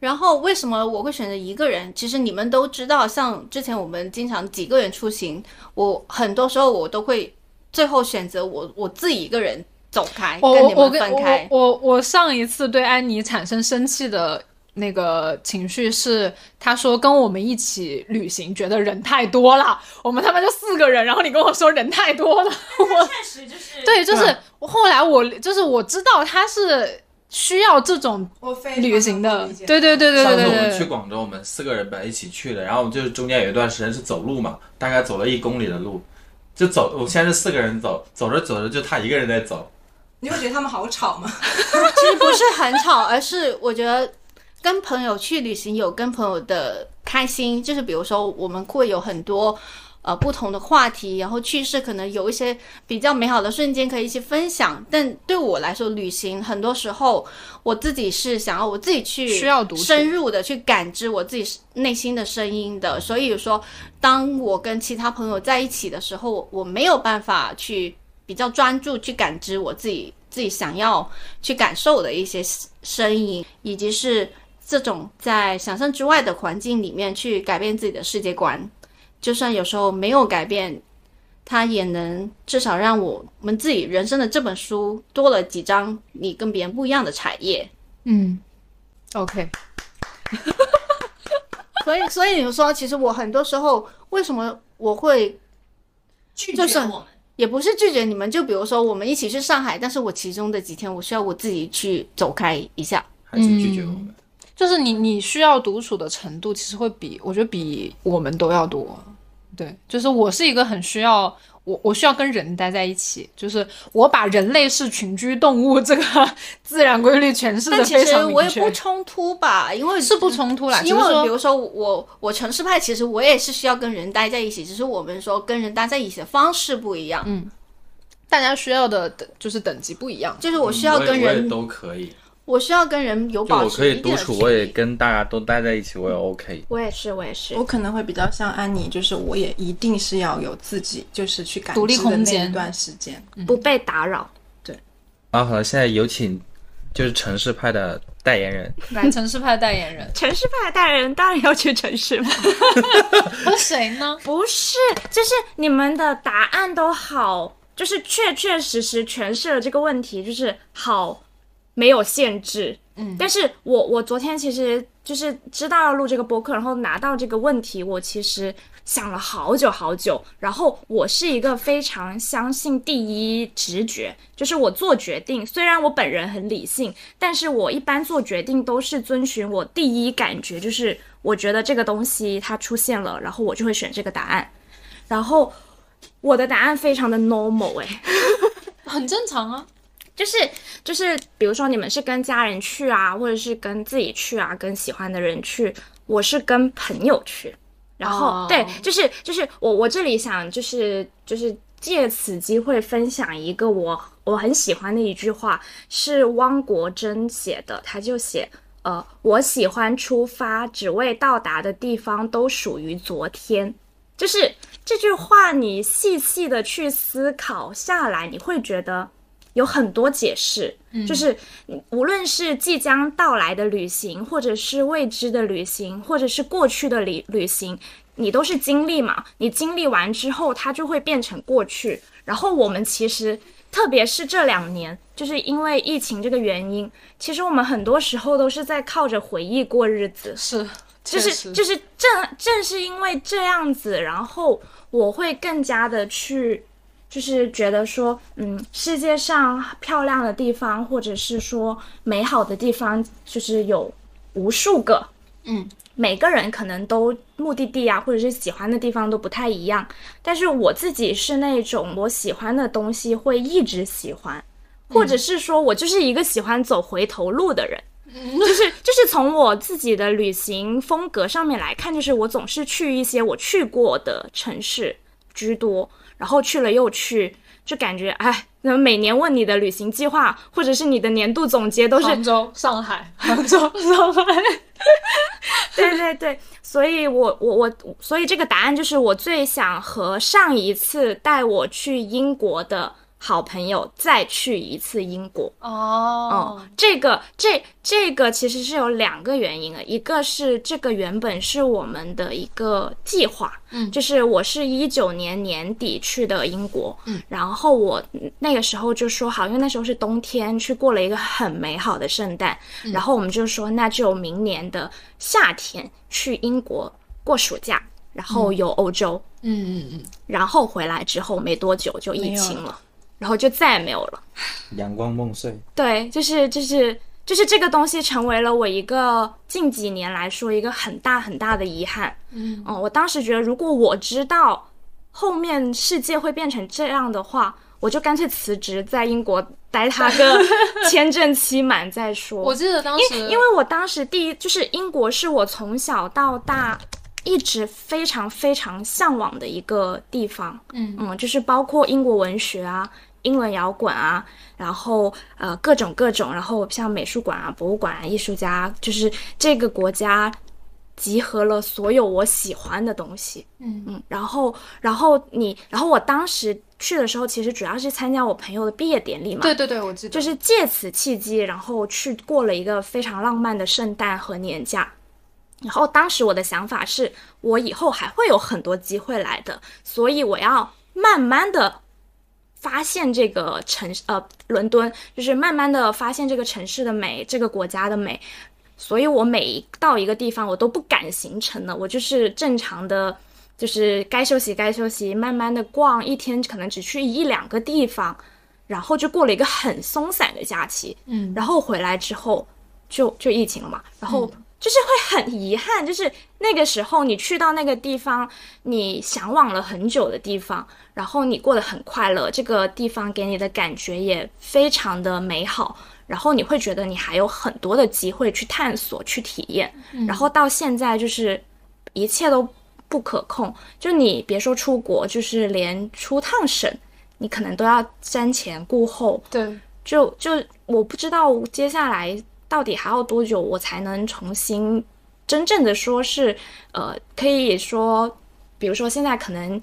[SPEAKER 5] 然后为什么我会选择一个人？其实你们都知道，像之前我们经常几个人出行，我很多时候我都会最后选择我我自己一个人走
[SPEAKER 8] 哎
[SPEAKER 5] 开，
[SPEAKER 2] 哦我
[SPEAKER 5] 跟你
[SPEAKER 2] 我
[SPEAKER 5] 们
[SPEAKER 2] 跟
[SPEAKER 5] 分
[SPEAKER 2] 我
[SPEAKER 5] 开。
[SPEAKER 2] 我我我上一次对安妮产生生气的那个情绪是，她说跟我们一起旅行，觉得人太多了，我们他妈就四个人，然后你跟我说人太多 了，我
[SPEAKER 8] 确实就是嗯
[SPEAKER 2] 对，就是我后来我就是我知道她是需要这种
[SPEAKER 3] 我非
[SPEAKER 2] 旅行的，对对对对对
[SPEAKER 6] 上次我
[SPEAKER 2] 对
[SPEAKER 6] 们去
[SPEAKER 2] 对。
[SPEAKER 6] 广州，我们四个人本来一起去的，然后就是中间有一段时间是走路嘛，大概走了一公里的路，就走。我现在是四个人走，走着走着就他一个人在走，
[SPEAKER 3] 你会觉得他们好吵吗？
[SPEAKER 5] 其实不是很吵，而是我觉得跟朋友去旅行有跟朋友的开心，就是比如说我们会有很多呃不同的话题，然后趣事可能有一些比较美好的瞬间可以一起分享。但对我来说，旅行很多时候我自己是想要我自己去
[SPEAKER 2] 需要独处
[SPEAKER 5] 深入的去感知我自己内心的声音的，所以说当我跟其他朋友在一起的时候，我我没有办法去比较专注去感知我自己自己想要去感受的一些声音，以及是这种在想象之外的环境里面去改变自己的世界观。就算有时候没有改变，它也能至少让我们自己人生的这本书多了几张你跟别人不一样的彩页。
[SPEAKER 2] 嗯，OK，
[SPEAKER 5] 所以，所以你们说，其实我很多时候为什么我会
[SPEAKER 9] 拒
[SPEAKER 5] 就
[SPEAKER 9] 绝
[SPEAKER 5] 是
[SPEAKER 9] 我们。
[SPEAKER 5] 也不是拒绝你们，就比如说我们一起去上海，但是我其中的几天我需要我自己去走开一下。
[SPEAKER 6] 还是拒绝我们？
[SPEAKER 2] 就是你你需要独处的程度，其实会比我觉得比我们都要多。对，就是我是一个很需要我我需要跟人待在一起，就是我把人类是群居动物这个自然规律诠释
[SPEAKER 5] 但
[SPEAKER 2] 的
[SPEAKER 5] 其
[SPEAKER 2] 非
[SPEAKER 5] 实
[SPEAKER 2] 常
[SPEAKER 5] 我
[SPEAKER 2] 明
[SPEAKER 5] 也
[SPEAKER 2] 确
[SPEAKER 5] 不。冲突吧，因为
[SPEAKER 2] 是不冲突啦，只
[SPEAKER 5] 因
[SPEAKER 2] 是
[SPEAKER 5] 为比
[SPEAKER 2] 说
[SPEAKER 5] 如说我我城市派，其实我也是需要跟人待在一起，只是我们说跟人待在一起的方式不一样。嗯，
[SPEAKER 2] 大家需要的等就是等级不一 样。
[SPEAKER 5] 就是我需要
[SPEAKER 6] 嗯我
[SPEAKER 5] 跟
[SPEAKER 6] 也我也
[SPEAKER 5] 人，
[SPEAKER 6] 都可以，
[SPEAKER 5] 我需要跟人有
[SPEAKER 6] 就
[SPEAKER 5] 保
[SPEAKER 6] 我
[SPEAKER 5] 持
[SPEAKER 6] 可以
[SPEAKER 5] 一定
[SPEAKER 6] 独
[SPEAKER 5] 的
[SPEAKER 6] 处，
[SPEAKER 5] 距
[SPEAKER 6] 我也
[SPEAKER 5] 离
[SPEAKER 6] 跟大家都待在一起，我也 OK。
[SPEAKER 4] 我也是，我也是
[SPEAKER 3] 我。可能会比较像安妮，就是我也一定是要有自己，就是去感
[SPEAKER 2] 独立
[SPEAKER 3] 知的
[SPEAKER 2] 空
[SPEAKER 3] 那
[SPEAKER 2] 间
[SPEAKER 3] 一段时间。
[SPEAKER 8] 嗯
[SPEAKER 4] 不被打扰。
[SPEAKER 6] 啊，好了，现在有请就是城市派的代言人，
[SPEAKER 2] 来，城市派代言 人
[SPEAKER 4] 城市派的代言人当然要去城市嘛，
[SPEAKER 2] 和谁呢？
[SPEAKER 4] 不是，就是你们的答案都好，就是确确实实诠释了这个问题，就是好没有限制。嗯，但是我我昨天其实就是知道要录这个播客，然后拿到这个问题，我其实想了好久好久。然后我是一个非常相信第一直觉，就是我做决定，虽然我本人很理性，但是我一般做决定都是遵循我第一感觉，就是我觉得这个东西它出现了，然后我就会选这个答案。然后我的答案非常的 normal 哎、
[SPEAKER 2] 很正常啊。
[SPEAKER 4] 就是就是，比如说你们是跟家人去啊，或者是跟自己去啊，跟喜欢的人去，我是跟朋友去。然后、
[SPEAKER 2] 哦
[SPEAKER 4] 对，就是就是我我这里想就是就是借此机会分享一个我我很喜欢的一句话，是汪国真写的，他就写呃，我喜欢出发，只为到达的地方都属于昨天。就是这句话，你细细的去思考下来，你会觉得有很多解释。就是你无论是即将到来的旅行，或者是未知的旅行，或者是过去的旅旅行，你都是经历嘛。你经历完之后，它就会变成过去。然后我们其实，特别是这两年，就是因为疫情这个原因，其实我们很多时候都是在靠着回忆过日子。
[SPEAKER 2] 是，
[SPEAKER 4] 就
[SPEAKER 2] 确
[SPEAKER 4] 是
[SPEAKER 2] 实
[SPEAKER 4] 就是正正是因为这样子，然后我会更加的去，就是觉得说，嗯，世界上漂亮的地方，或者是说美好的地方，就是有无数个，
[SPEAKER 2] 嗯
[SPEAKER 4] 每个人可能都目的地啊，或者是喜欢的地方都不太一样。但是我自己是那种我喜欢的东西会一直喜欢，或者是说我就是一个喜欢走回头路的人。 就是就是从我自己的旅行风格上面来看，就是我总是去一些我去过的城市居多，然后去了又去，就感觉哎，那每年问你的旅行计划或者是你的年度总结都是
[SPEAKER 2] 杭州、上海、 杭州、上海。
[SPEAKER 4] 对对对，所以我我我，所以这个答案就是我最想和上一次带我去英国的好朋友再去一次英国。
[SPEAKER 2] 哦
[SPEAKER 4] 哦，这个这这个其实是有两个原因啊，一个是这个原本是我们的一个计划，嗯，就是我是一九年年底去的英国，嗯，然后我那个时候就说好，因为那时候是冬天，去过了一个很美好的圣诞，然后我们就说那就明年的夏天去英国过暑假，然后游欧洲，
[SPEAKER 2] 嗯嗯嗯，
[SPEAKER 4] 然后回来之后没多久就疫
[SPEAKER 3] 没有
[SPEAKER 4] 情
[SPEAKER 3] 了
[SPEAKER 4] 了然后就再也没有了。
[SPEAKER 6] 阳光梦碎，
[SPEAKER 4] 对，就是就是就是这个东西成为了我一个近几年来说一个很大很大的遗憾。嗯，我当时觉得如果我知道后面世界会变成这样的话，我就干脆辞职，在英国待他个签证期满再说。
[SPEAKER 2] 我记得当时
[SPEAKER 4] 因为因为我当时第一就是英国是我从小到大一直非常非常向往的一个地方，嗯就是包括英国文学啊、英伦摇滚啊，然后呃各种各种，然后像美术馆啊、博物馆啊、艺术家，就是这个国家集合了所有我喜欢的东西，
[SPEAKER 1] 嗯
[SPEAKER 4] 嗯，然后然后你，然后我当时去的时候，其实主要是参加我朋友的毕业典礼嘛，
[SPEAKER 2] 对对对，我记得
[SPEAKER 4] 就是借此契机，然后去过了一个非常浪漫的圣诞和年假。然后当时我的想法是，我以后还会有很多机会来的，所以我要慢慢的发现这个城市，呃，伦敦，就是慢慢的发现这个城市的美，这个国家的美。所以我每一到一个地方，我都不赶行程了，我就是正常的，就是该休息该休息，慢慢的逛，一天可能只去一两个地方，然后就过了一个很松散的假期，嗯，然后回来之后就就疫情了嘛，然后就是会很遗憾，就是那个时候你去到那个地方，你向往了很久的地方，然后你过得很快乐，这个地方给你的感觉也非常的美好，然后你会觉得你还有很多的机会去探索、去体验，然后到现在就是一切都不可控，就你别说出国，就是连出趟省，你可能都要瞻前顾后，
[SPEAKER 2] 对，
[SPEAKER 4] 就就我不知道接下来到底还要多久，我才能重新真正的说是，呃，可以说，比如说现在可能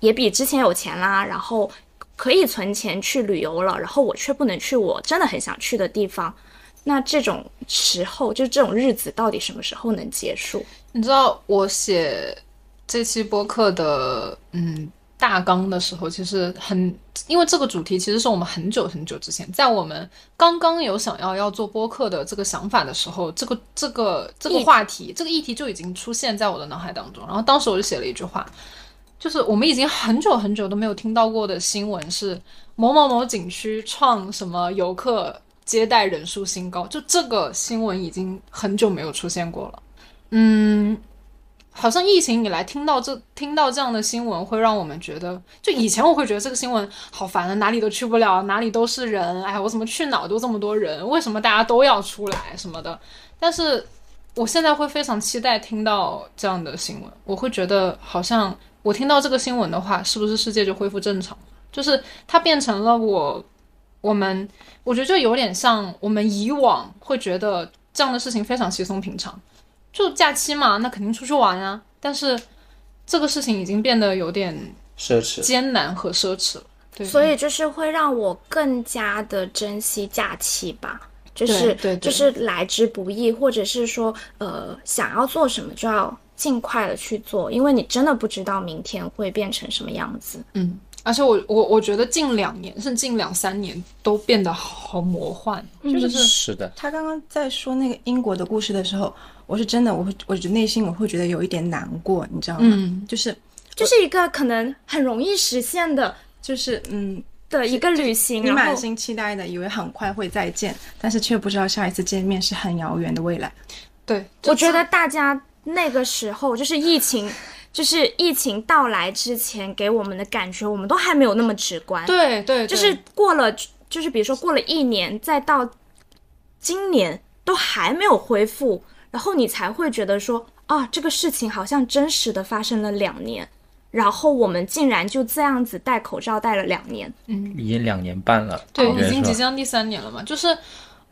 [SPEAKER 4] 也比之前有钱啦，然后可以存钱去旅游了，然后我却不能去我真的很想去的地方。那这种时候，就这种日子，到底什么时候能结束？
[SPEAKER 2] 你知道我写这期播客的嗯大纲的时候，其实很因为这个主题其实是我们很久很久之前，在我们刚刚有想要要做播客的这个想法的时候，这个这个这个话题这个议题就已经出现在我的脑海当中。然后当时我就写了一句话，就是我们已经很久很久都没有听到过的新闻是某某某景区创什么游客接待人数新高，就这个新闻已经很久没有出现过了。嗯，好像疫情以来听到这听到这样的新闻，会让我们觉得，就以前我会觉得这个新闻好烦啊，哪里都去不了，哪里都是人，哎，我怎么去哪儿都这么多人，为什么大家都要出来什么的？但是我现在会非常期待听到这样的新闻，我会觉得好像我听到这个新闻的话，是不是世界就恢复正常？就是它变成了我我们，我觉得就有点像我们以往会觉得这样的事情非常稀松平常。就假期嘛，那肯定出去玩啊。但是这个事情已经变得有点
[SPEAKER 6] 奢侈。
[SPEAKER 2] 艰难和奢侈了。对，
[SPEAKER 4] 所以就是会让我更加的珍惜假期吧，就是
[SPEAKER 2] 对对对
[SPEAKER 4] 就是来之不易，或者是说呃想要做什么就要尽快的去做，因为你真的不知道明天会变成什么样子。
[SPEAKER 2] 嗯，而且我我我觉得近两年甚至近两三年都变得好魔幻，就是
[SPEAKER 6] 是的，
[SPEAKER 3] 他刚刚在说那个英国的故事的时候，我是真的，我会，我觉得内心我会觉得有一点难过，你知道吗？
[SPEAKER 2] 嗯
[SPEAKER 3] 就是
[SPEAKER 4] 就是一个可能很容易实现的
[SPEAKER 3] 就是嗯，
[SPEAKER 4] 的一个旅行，
[SPEAKER 3] 你
[SPEAKER 4] 然
[SPEAKER 3] 满
[SPEAKER 4] 后
[SPEAKER 3] 心期待的，以为很快会再见，但是却不知道下一次见面是很遥远的未来。
[SPEAKER 2] 对，就
[SPEAKER 4] 我觉得大家那个时候就是疫情，就是疫情到来之前给我们的感觉，我们都还没有那么直观。
[SPEAKER 2] 对对，对
[SPEAKER 4] 就是过了，就是比如说过了一年，再到今年都还没有恢复，然后你才会觉得说，啊，这个事情好像真实的发生了两年，然后我们竟然就这样子戴口罩戴了两年，
[SPEAKER 6] 已经两年半了，
[SPEAKER 2] 对，
[SPEAKER 6] 感觉
[SPEAKER 2] 已经
[SPEAKER 6] 是吧
[SPEAKER 2] 即将第三年了嘛，就是。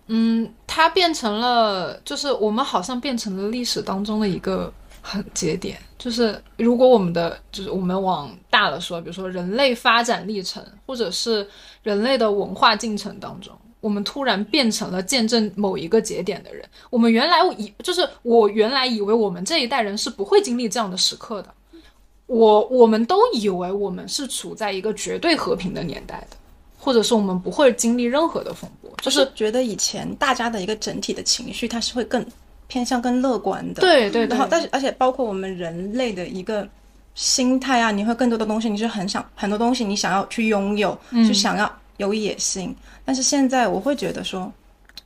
[SPEAKER 2] 嗯，它变成了，就是我们好像变成了历史当中的一个很节点。就是如果我们的，就是我们往大了说，比如说人类发展历程，或者是人类的文化进程当中，我们突然变成了见证某一个节点的人。我们原来以，就是我原来以为我们这一代人是不会经历这样的时刻的。我我们都以为我们是处在一个绝对和平的年代的。或者是我们不会经历任何的风波，就
[SPEAKER 3] 就是是觉得以前大家的一个整体的情绪，它是会更偏向更乐观的。
[SPEAKER 2] 对对对
[SPEAKER 3] 然后，但是而且包括我们人类的一个心态啊，你会更多的东西，你是很想很多东西，你想要去拥有，
[SPEAKER 2] 嗯
[SPEAKER 3] 就想要有野心。但是现在我会觉得说，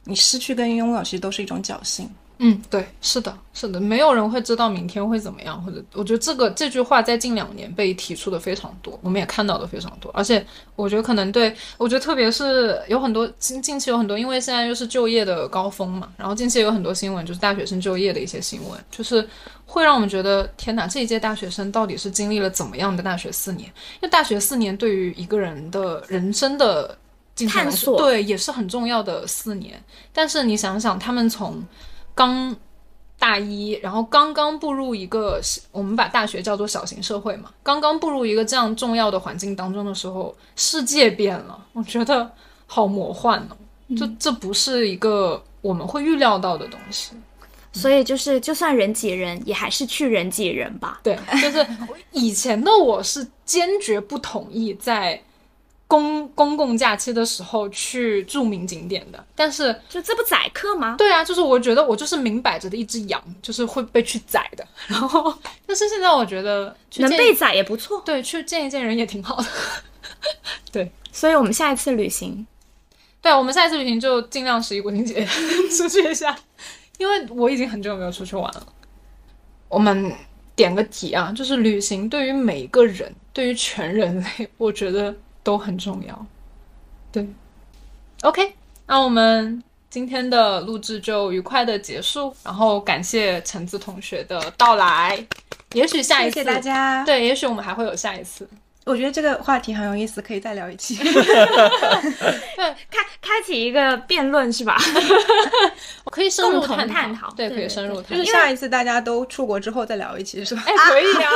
[SPEAKER 3] 你失去跟拥有其实都是一种侥幸。
[SPEAKER 2] 嗯，对，是的，是的，没有人会知道明天会怎么样，或者我觉得这个这句话在近两年被提出的非常多，我们也看到的非常多，而且我觉得可能对我觉得特别是有很多近近期有很多，因为现在又是就业的高峰嘛，然后近期有很多新闻就是大学生就业的一些新闻，就是会让我们觉得天哪，这一届大学生到底是经历了怎么样的大学四年？因为大学四年对于一个人的人生的进程来说
[SPEAKER 4] 探索
[SPEAKER 2] 对也是很重要的四年，但是你想想，他们从刚大一，然后刚刚步入一个我们把大学叫做小型社会嘛，刚刚步入一个这样重要的环境当中的时候，世界变了，我觉得好魔幻哦，
[SPEAKER 4] 嗯
[SPEAKER 2] 就这不是一个我们会预料到的东西。
[SPEAKER 4] 所以就是，就算人挤人，也还是去人挤人吧。
[SPEAKER 2] 对， 就是我以前的我是坚决不同意在公公共假期的时候去著名景点的，但是
[SPEAKER 4] 就这不宰客吗？
[SPEAKER 2] 对啊，就是我觉得我就是明摆着的一只羊，就是会被去宰的。然后， 但是现在我觉得去
[SPEAKER 4] 能
[SPEAKER 2] 见
[SPEAKER 4] 被宰也不错。
[SPEAKER 2] 对去见一见人也挺好的。
[SPEAKER 4] 所以我们下一次旅行，
[SPEAKER 2] 对，我们下一次旅行就尽量十一国庆节 出去一下，因为我已经很久没有出去玩了。我们点个题啊，就是旅行对于每一个人，对于全人类，我觉得都很重要。对，OK，那我们今天的录制就愉快的结束，然后感谢橙子同学的到来，也许下一
[SPEAKER 3] 谢
[SPEAKER 2] 次
[SPEAKER 3] 谢大家。
[SPEAKER 2] 对，也许我们还会有下一次。
[SPEAKER 3] 我觉得这个话题很有意思，可以再聊 一期。
[SPEAKER 4] 开开启一个辩论是吧？
[SPEAKER 2] 可以深入
[SPEAKER 4] 共同
[SPEAKER 2] 探
[SPEAKER 4] 探讨
[SPEAKER 2] 对，可以
[SPEAKER 4] 对
[SPEAKER 2] 深入探
[SPEAKER 3] 就是下一次大家都出国之后再聊一期，是吧？
[SPEAKER 2] 哎，可以啊，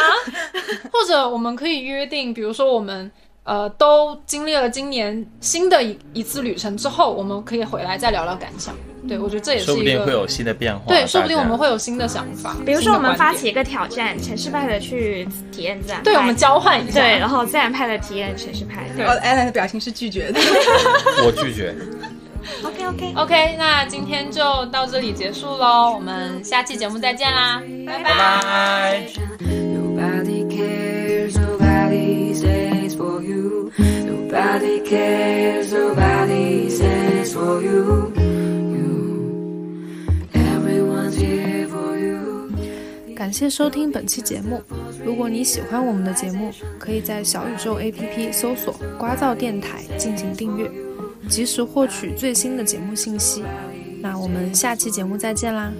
[SPEAKER 2] 或者我们可以约定，比如说我们呃都经历了今年新的一一次旅程之后，我们可以回来再聊聊感想。对，我觉得这也是
[SPEAKER 6] 说不
[SPEAKER 2] 一
[SPEAKER 6] 定会
[SPEAKER 2] 个
[SPEAKER 6] 有新的变化。
[SPEAKER 2] 对，说不定我们
[SPEAKER 6] 大家
[SPEAKER 2] 会有新的想法，
[SPEAKER 4] 比如说我们
[SPEAKER 2] 新的观
[SPEAKER 4] 发
[SPEAKER 2] 点
[SPEAKER 4] 起一，个挑战，城市派的去体验自然派，
[SPEAKER 2] 对，我们交换一下，
[SPEAKER 4] 对，然后自然派的体验城市派。
[SPEAKER 2] 对
[SPEAKER 3] 哦，Allen 的表情是拒绝的。
[SPEAKER 6] 我拒绝。
[SPEAKER 4] OK OK，
[SPEAKER 2] OK，那今天就到这里结束喽，我们下期节目再见啦，拜拜
[SPEAKER 7] Nobody cares, nobody says for you. Nobody cares, nobody says for you. You, everyone's here for you.
[SPEAKER 10] 感谢收听本期节目。如果你喜欢我们的节目，可以在小宇宙 APP 搜索“瓜噪电台”进行订阅，及时获取最新的节目信息。那我们下期节目再见啦！